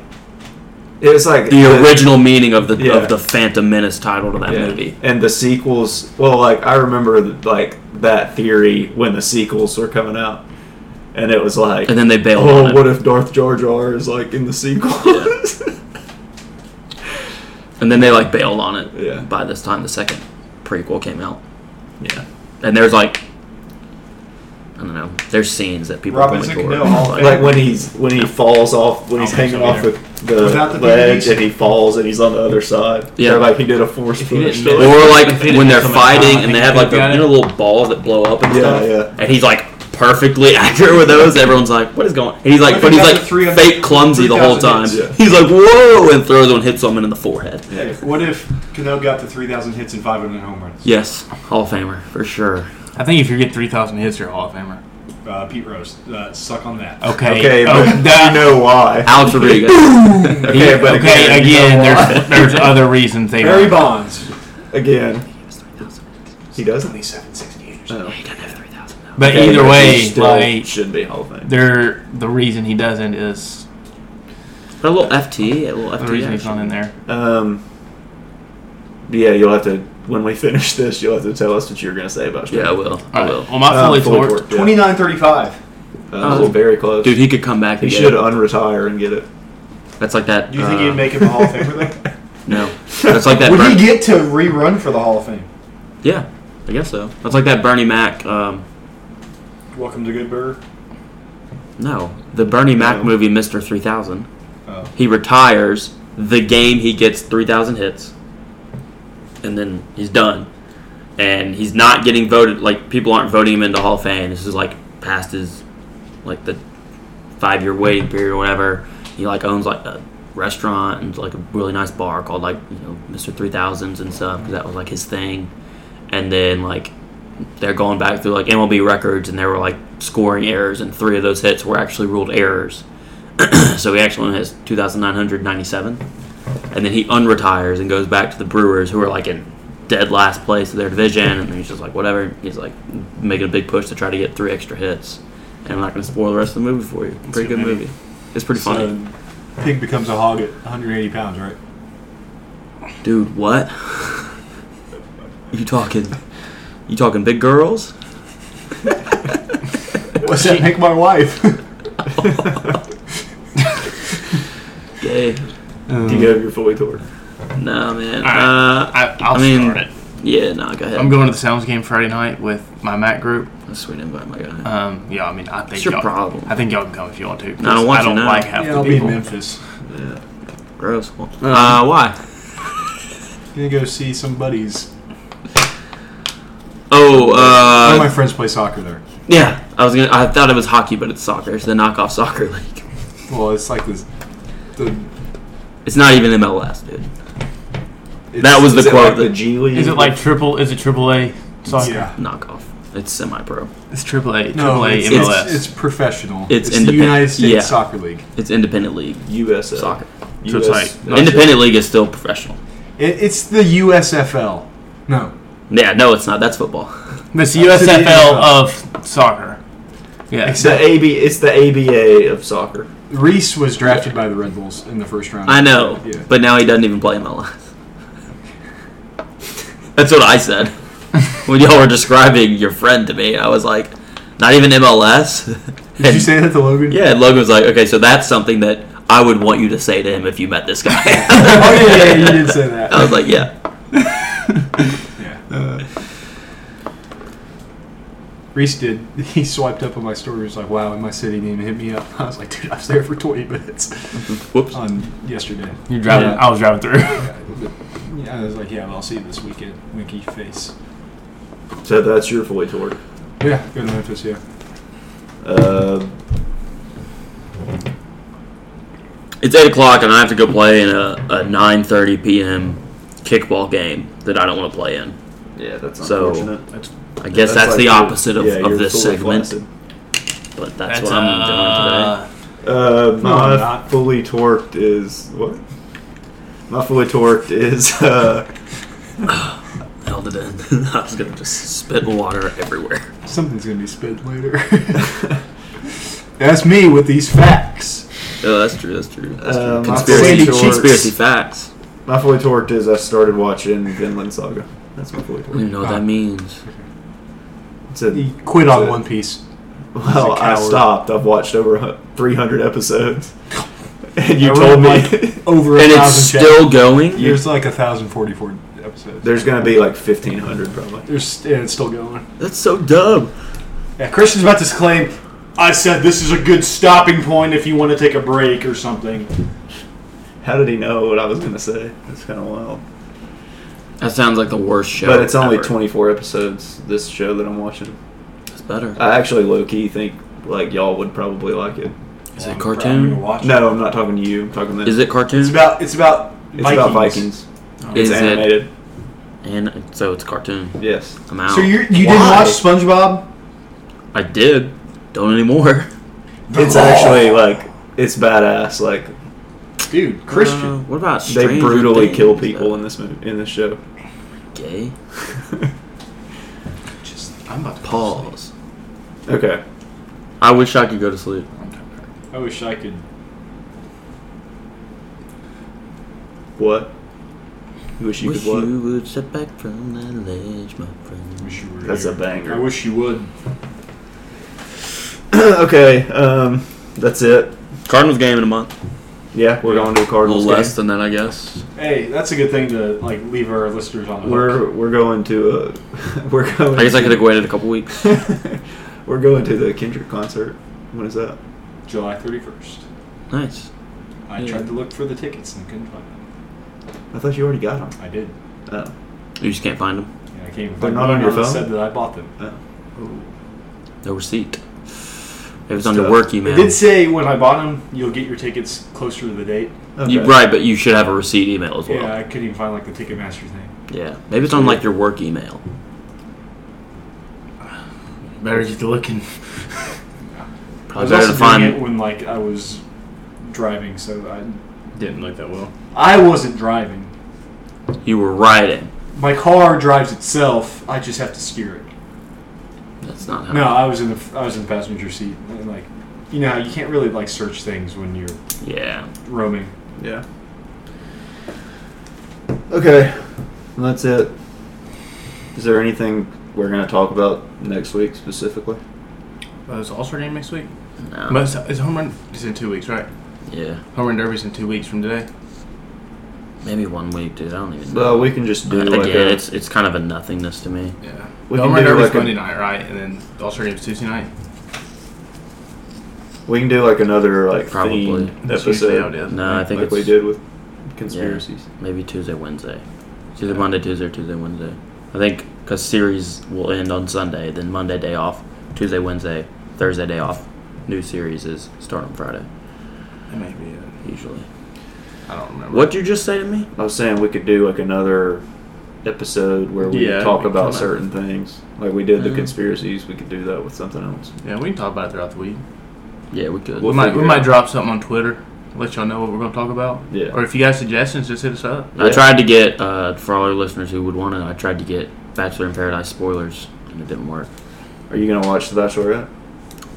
S1: It was like
S2: the original meaning of the
S1: Yeah.
S2: of the Phantom Menace title to that
S1: Yeah.
S2: movie.
S1: and the sequels. Well, like I remember like that theory when the sequels were coming out, and it was like,
S2: And then they bailed on
S1: oh,
S2: it.
S1: what if Darth Jar Jar is like in the sequels?
S2: and then they like bailed on it.
S1: Yeah.
S2: By this time, the second prequel came out,
S1: yeah.
S2: and there's like, I don't know, there's scenes that people
S3: Robinson
S2: point toward.
S3: Cano, all
S2: Like,
S1: Like when he's when he falls off when he's
S4: I'll think
S1: hanging
S4: so
S1: off
S4: either.
S1: the, the,
S3: Without the
S1: ledge
S3: DVDs?
S1: and he falls and he's on the other side.
S2: Yeah.
S1: They're like he did a force
S4: If you
S1: push.
S4: didn't know-
S2: or like
S4: If they
S2: when
S4: didn't
S2: they're
S4: come in
S2: fighting
S4: time,
S2: and they
S4: I
S2: have like
S4: think
S2: the
S4: they've got
S2: you know little balls that blow up and
S1: Yeah,
S2: stuff,
S1: yeah.
S2: and he's like perfectly accurate with those. Everyone's like, "What is going?" And he's like,
S3: think
S2: but he's
S3: that's
S2: like
S3: a 300
S2: fake clumsy the whole
S3: 3,000
S2: time.
S3: hits,
S1: yeah.
S2: He's like, "Whoa!" and throws one, hits someone in the forehead.
S3: What if Cano got to 3,000 hits and 500 home runs?
S2: Yes, Hall of Famer for sure.
S4: I think if you get 3,000 hits, you're a Hall of Famer.
S3: Uh, Pete Rose, uh, suck on that.
S4: Okay.
S1: Okay,
S4: Oh,
S1: but
S4: that-
S1: you know why?
S2: Alex Rodriguez.
S1: Okay, but
S4: okay, again,
S1: you know why.
S4: there's, there's other reasons they
S3: Barry
S4: were.
S3: Bonds.
S1: again, he doesn't.
S3: 2768 or something.
S1: Oh.
S4: But
S1: Okay,
S4: either
S1: he
S4: way,
S1: still
S4: like,
S1: should be Hall of Fame.
S4: they're, the reason he doesn't is
S2: But a little FT, a little
S4: the
S2: FT.
S4: reason he's not
S2: action.
S4: in there.
S1: Um, yeah, you'll have to when we finish this, you'll have to tell us what you're gonna say about.
S2: Yeah, I
S1: Strowman.
S2: will. I will.
S4: Well, my
S1: Um,
S4: fully
S1: fully
S4: torqued.
S1: torqued, yeah.
S3: 2935.
S1: Uh, it was very close.
S2: Dude, he could come back.
S1: he
S2: and get
S1: should
S2: it.
S1: unretire and get it.
S2: That's like that.
S3: Do you think
S2: uh,
S3: he'd make him a Hall of Famer though?
S2: No, that's like that.
S3: Would he
S2: Ber-
S3: get to rerun for the Hall of Fame?
S2: yeah, I guess so. That's like that Bernie Mac. Um,
S3: Welcome to Good Burger.
S2: no, the Bernie
S1: No.
S2: Mac movie, Mister Three Thousand.
S3: Oh.
S2: He retires. The game he gets three thousand hits, and then he's done. And he's not getting voted. Like people aren't voting him into Hall of Fame. This is like past his, like the five year waiting period or whatever. He like owns like a restaurant and like a really nice bar called like you know Mister Three Thousands and stuff 'cause that was like his thing. And then like they're going back through like MLB records and there were like scoring errors and three of those hits were actually ruled errors. so he actually only has two thousand nine hundred ninety seven, and then he unretires and goes back to the Brewers who are like in dead last place of their division and he's just like whatever he's like making a big push to try to get three extra hits. And I'm not going to spoil the rest of the movie for you. Pretty good movie. It's pretty funny.
S3: So, pig becomes a hog at 180 pounds, right?
S2: Dude, what? you talking? You talking big girls?
S3: What's that make my wife?
S2: Yay.
S3: Um,
S1: Do you have your fully tour?
S2: Nah, man.
S4: All right.
S2: Uh,
S4: I, I'll
S2: I mean-
S4: start it.
S2: yeah, nah, go ahead.
S4: I'm going to the Sounds game Friday night with my Mac group.
S2: That's a sweet invite, my guy.
S4: Um, yeah, I mean, I think
S2: It's your
S4: y'all,
S2: problem.
S4: I think y'all can come if you want to. 'cause
S2: No, I want
S4: I
S2: to
S4: don't
S2: know.
S4: like half
S3: yeah,
S4: the
S3: I'll be in
S4: people.
S3: Memphis.
S2: Gross. Well, Uh, why?
S3: Gonna go see some buddies.
S2: Oh,
S3: All my
S2: uh,
S3: friends play soccer there.
S2: yeah. I was gonna. I thought it was hockey, but it's soccer. It's the knockoff soccer league.
S3: Well, it's like this. The,
S2: It's not even MLS, dude.
S3: it's,
S2: That was the
S1: Is it like
S2: quote.
S1: the
S2: that
S1: G League?
S4: Is it like triple? Is it triple A soccer?
S3: Yeah.
S2: knockoff. It's semi-pro.
S4: It's triple A,
S3: No,
S4: triple A
S3: it's,
S4: MLS.
S3: it's, it's professional.
S2: It's
S3: the
S2: independent-
S3: United States
S2: yeah.
S3: Soccer League.
S2: It's independent league
S1: USL?
S2: soccer.
S1: US,
S4: So it's like-
S1: no,
S2: Independent league is still professional.
S3: It, it's the USFL. No,
S2: Yeah, no, it's not. That's football.
S4: It's the
S3: Up to the
S2: uh,
S4: USFL
S3: NFL.
S4: of soccer. Yeah.
S1: It's the AB. It's the ABA of soccer.
S3: Reese was drafted by the Red Bulls in the first round.
S2: I know,
S3: Yeah.
S2: but now he doesn't even play MLS. That's what I said when y'all were describing your friend to me. I was like, not even MLS.
S3: Did you say that to Logan?
S2: Yeah, and Logan was like, okay, so that's something that I would want you to say to him if you met this guy.
S3: Oh yeah, yeah, yeah, you did say that.
S2: I was like, yeah,
S3: yeah. Reese did. He swiped up on my story. He was like, "Wow, in my city, didn't even hit me up." I was like, "Dude, I was there for 20 minutes
S2: Mm-hmm. whoops.
S3: on yesterday."
S4: You're driving.
S2: Yeah.
S4: I was driving through.
S3: Yeah, but- yeah, I was like, "Yeah, well, I'll see you this weekend." Winky face.
S1: So that's your fully tour.
S3: Yeah, go to Memphis. Yeah.
S1: Uh,
S2: It's eight o'clock, and I have to go play in a, a nine thirty p.m. kickball game that I don't want to play in.
S1: yeah, that's
S2: So,
S1: unfortunate.
S2: I guess that's,
S1: like
S2: the
S1: your-
S2: opposite of,
S1: yeah,
S2: of
S1: you're
S2: this
S1: fully
S2: segment,
S1: flaccid.
S2: but that's, what I'm doing today.
S4: uh,
S1: Uh, my
S3: I'm not.
S1: fully torqued is what? My fully torqued is uh,
S2: held it in. I was gonna just spit water everywhere.
S3: Something's gonna be spit later. That's me with these facts.
S2: Oh, that's true. That's true. That's true.
S1: Um,
S2: conspiracy,
S1: Sandy Shores.
S2: conspiracy facts.
S1: My fully torqued is I started watching Vinland Saga. That's my fully
S2: I don't
S1: torqued.
S2: even know what that means.
S1: It's a,
S3: He quit on
S1: That's it.
S3: One Piece.
S1: well,
S3: he's a
S1: I
S3: coward.
S1: stopped. I've watched over hu- 300 episodes. And
S3: I
S1: you
S3: read,
S1: told me
S3: like, over a
S2: And it's
S3: thousand chapters.
S2: still going.
S3: There's like a thousand forty-four episodes.
S1: there's going to be like 1,500 probably.
S3: There's and it's still going.
S2: That's so dumb.
S3: Yeah, Christian's about to claim. I said this is a good stopping point if you want to take a break or something.
S1: How did he know what I was going to say? That's kind of wild.
S2: That sounds like the worst show.
S1: But it's only
S2: ever.
S1: 24 episodes, this show that I'm watching.
S2: It's better.
S1: I actually low key think like y'all would probably like it.
S2: Is it
S3: I'm gonna
S2: cartoon?
S3: watch
S1: No, I'm not talking to you. I'm talking to them.
S2: Is it cartoon?
S3: It's about it's about
S1: It's about Vikings. It's
S2: Is it-
S1: animated.
S2: and so it's cartoon.
S1: Yes.
S2: I'm out.
S3: So you you didn't
S1: Why?
S3: watch SpongeBob?
S2: I did. Don't anymore.
S1: It's actually like it's badass. Like
S3: Dude,
S2: Uh,
S3: Christian.
S2: what about
S1: they
S2: Stranger
S1: brutally kill
S2: Things?
S1: people in this movie, in this show.
S2: Gay.
S3: Just,
S4: Uh,
S3: I'm about to
S2: Pause.
S1: Okay.
S2: I wish I could go to sleep.
S3: I wish I could.
S1: What? You wish you
S2: wish
S1: could what?
S2: you would step back from that ledge, my friend.
S3: Wish you were
S1: That's a
S3: here.
S1: banger.
S3: I wish you would.
S1: okay. Um, that's it.
S2: Cardinals game in a month.
S1: Yeah, we're going to a
S2: A little
S1: Cardinals
S2: less
S1: game.
S2: than that, I guess.
S3: Hey, that's a good thing to like leave our listeners on. The hook.
S1: We're we're going to a we're going.
S2: uh, I guess I could have
S1: to-
S2: waited a couple weeks.
S1: we're going to the Kendrick concert. When is that?
S3: July 31st.
S2: Nice.
S3: I
S2: Yeah.
S3: tried to look for the tickets and couldn't find them.
S1: I thought you already got them.
S3: I did.
S1: Oh.
S2: You just can't find them.
S3: And I came.
S1: They're not on your phone?
S3: Said that I bought them.
S1: oh.
S2: No receipt. It was on your
S1: Stuff.
S2: work email.
S3: It did say when I bought them, you'll get your tickets closer to the date.
S1: Oh, Okay.
S2: You, right, but you should have a receipt email as well.
S3: Yeah,
S2: Yeah.
S3: I couldn't even find like the Ticketmaster thing.
S2: Maybe it's on like your work email.
S4: Better get
S3: I
S4: looking.
S3: was
S2: Probably better
S3: also
S2: to
S3: doing it
S2: find.
S3: when like I was driving, so I
S4: Didn't look that well.
S3: I wasn't driving.
S2: You were riding.
S3: My car drives itself. I just have to steer it.
S2: That's not how.
S3: No, I was in the I was in the passenger seat. And, like, you know, how you can't really like search things when you're
S2: Yeah.
S3: roaming.
S1: Yeah. Okay, and that's it. Is there anything we're going to talk about next week specifically?
S4: Uh, is All-Star game next week?
S2: No.
S4: But it's, it's home run. It's in two weeks, right?
S2: yeah.
S4: Home run derby's in two weeks from today.
S2: Maybe one week, dude. I don't even know.
S1: Well, we can just do
S2: Again,
S1: like a,
S2: it's it's kind of a nothingness to me.
S4: Yeah.
S1: We
S4: home
S1: can
S4: run
S1: do
S4: derby's
S1: like a-
S4: Monday night, right? And then the All-Star game's Tuesday night.
S1: we can do like another like
S2: Probably.
S1: themed
S4: That's usually how it
S1: episode
S4: is.
S2: No, I think
S1: like
S2: it's
S1: we did with conspiracies.
S2: maybe Tuesday, Wednesday. It's either Monday, Tuesday, or Tuesday, Wednesday. I think because series will end on Sunday, then Monday day off, Tuesday, Wednesday, Thursday day off. New series is start on Friday
S4: It may be. It.
S2: usually.
S4: I don't remember.
S2: What'd you just say to me?
S1: I was saying we could do like another episode where we
S4: Yeah,
S1: talk
S4: we
S1: about
S4: kinda-
S1: certain things. Like we did the
S2: Mm.
S1: conspiracies, we could do that with something else.
S4: Yeah, we can talk about it throughout the week.
S2: Yeah, we could.
S1: We'll
S4: we might
S1: figure
S4: we
S1: it
S4: might
S1: out.
S4: drop something on Twitter. Let y'all know what we're gonna talk about.
S1: Yeah.
S4: Or if you got suggestions, just hit us up.
S2: I tried to get uh, for all our listeners who would want it. I tried to get Bachelor in Paradise spoilers, and it didn't work.
S1: Are you gonna watch The Bachelorette?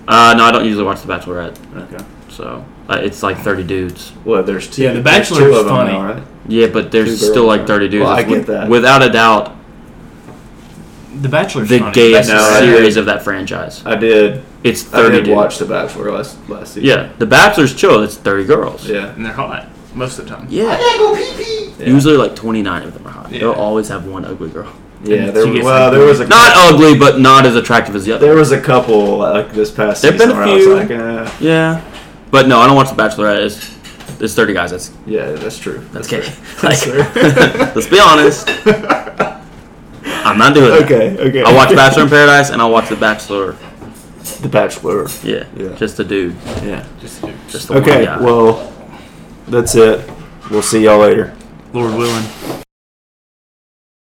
S2: Uh, no, I don't usually watch The Bachelorette,
S1: Okay.
S2: so uh, it's like thirty dudes.
S1: Well, there's two.
S4: Yeah, The
S1: there's two
S4: Bachelor's
S1: of them
S4: funny.
S1: now, right?
S2: Yeah, but there's
S1: Two girls,
S2: still like
S1: right?
S2: thirty dudes.
S1: Well, I
S2: It's wi-
S1: get that.
S2: Without a doubt,
S4: The Bachelor's
S2: the
S4: funny.
S2: gayest
S1: No, I
S2: series
S1: did.
S2: of that franchise.
S1: I did.
S2: It's
S1: I
S2: thirty
S1: did
S2: dudes.
S1: watch The Bachelor last last season.
S2: Yeah, The Bachelor's chill. It's thirty girls.
S1: Yeah.
S4: and they're hot most of the time.
S2: Yeah.
S1: Yeah.
S2: Usually, like twenty nine of them are hot.
S4: Yeah.
S2: They'll always have one ugly girl.
S1: Yeah.
S4: And
S1: There,
S4: she gets
S1: well,
S4: like-
S1: there was a
S2: Not ugly, but not as attractive as the other.
S1: there was a couple like this past
S2: There've
S1: season
S2: been a
S1: where
S2: few.
S1: I was like, eh,
S2: Yeah, but no, I don't watch The Bachelorette. It's, it's thirty guys. That's
S1: yeah, that's true.
S2: that's gay.
S1: That's
S2: Like, let's be honest. I'm not doing that.
S1: Okay. Okay.
S2: I watch Bachelor in Paradise and I watch The Bachelor.
S1: The Bachelor.
S2: Yeah,
S1: Yeah.
S2: just a dude.
S1: Yeah.
S2: Just the
S1: Okay.
S2: One guy.
S1: Well, that's it. We'll see y'all later.
S4: Lord willing.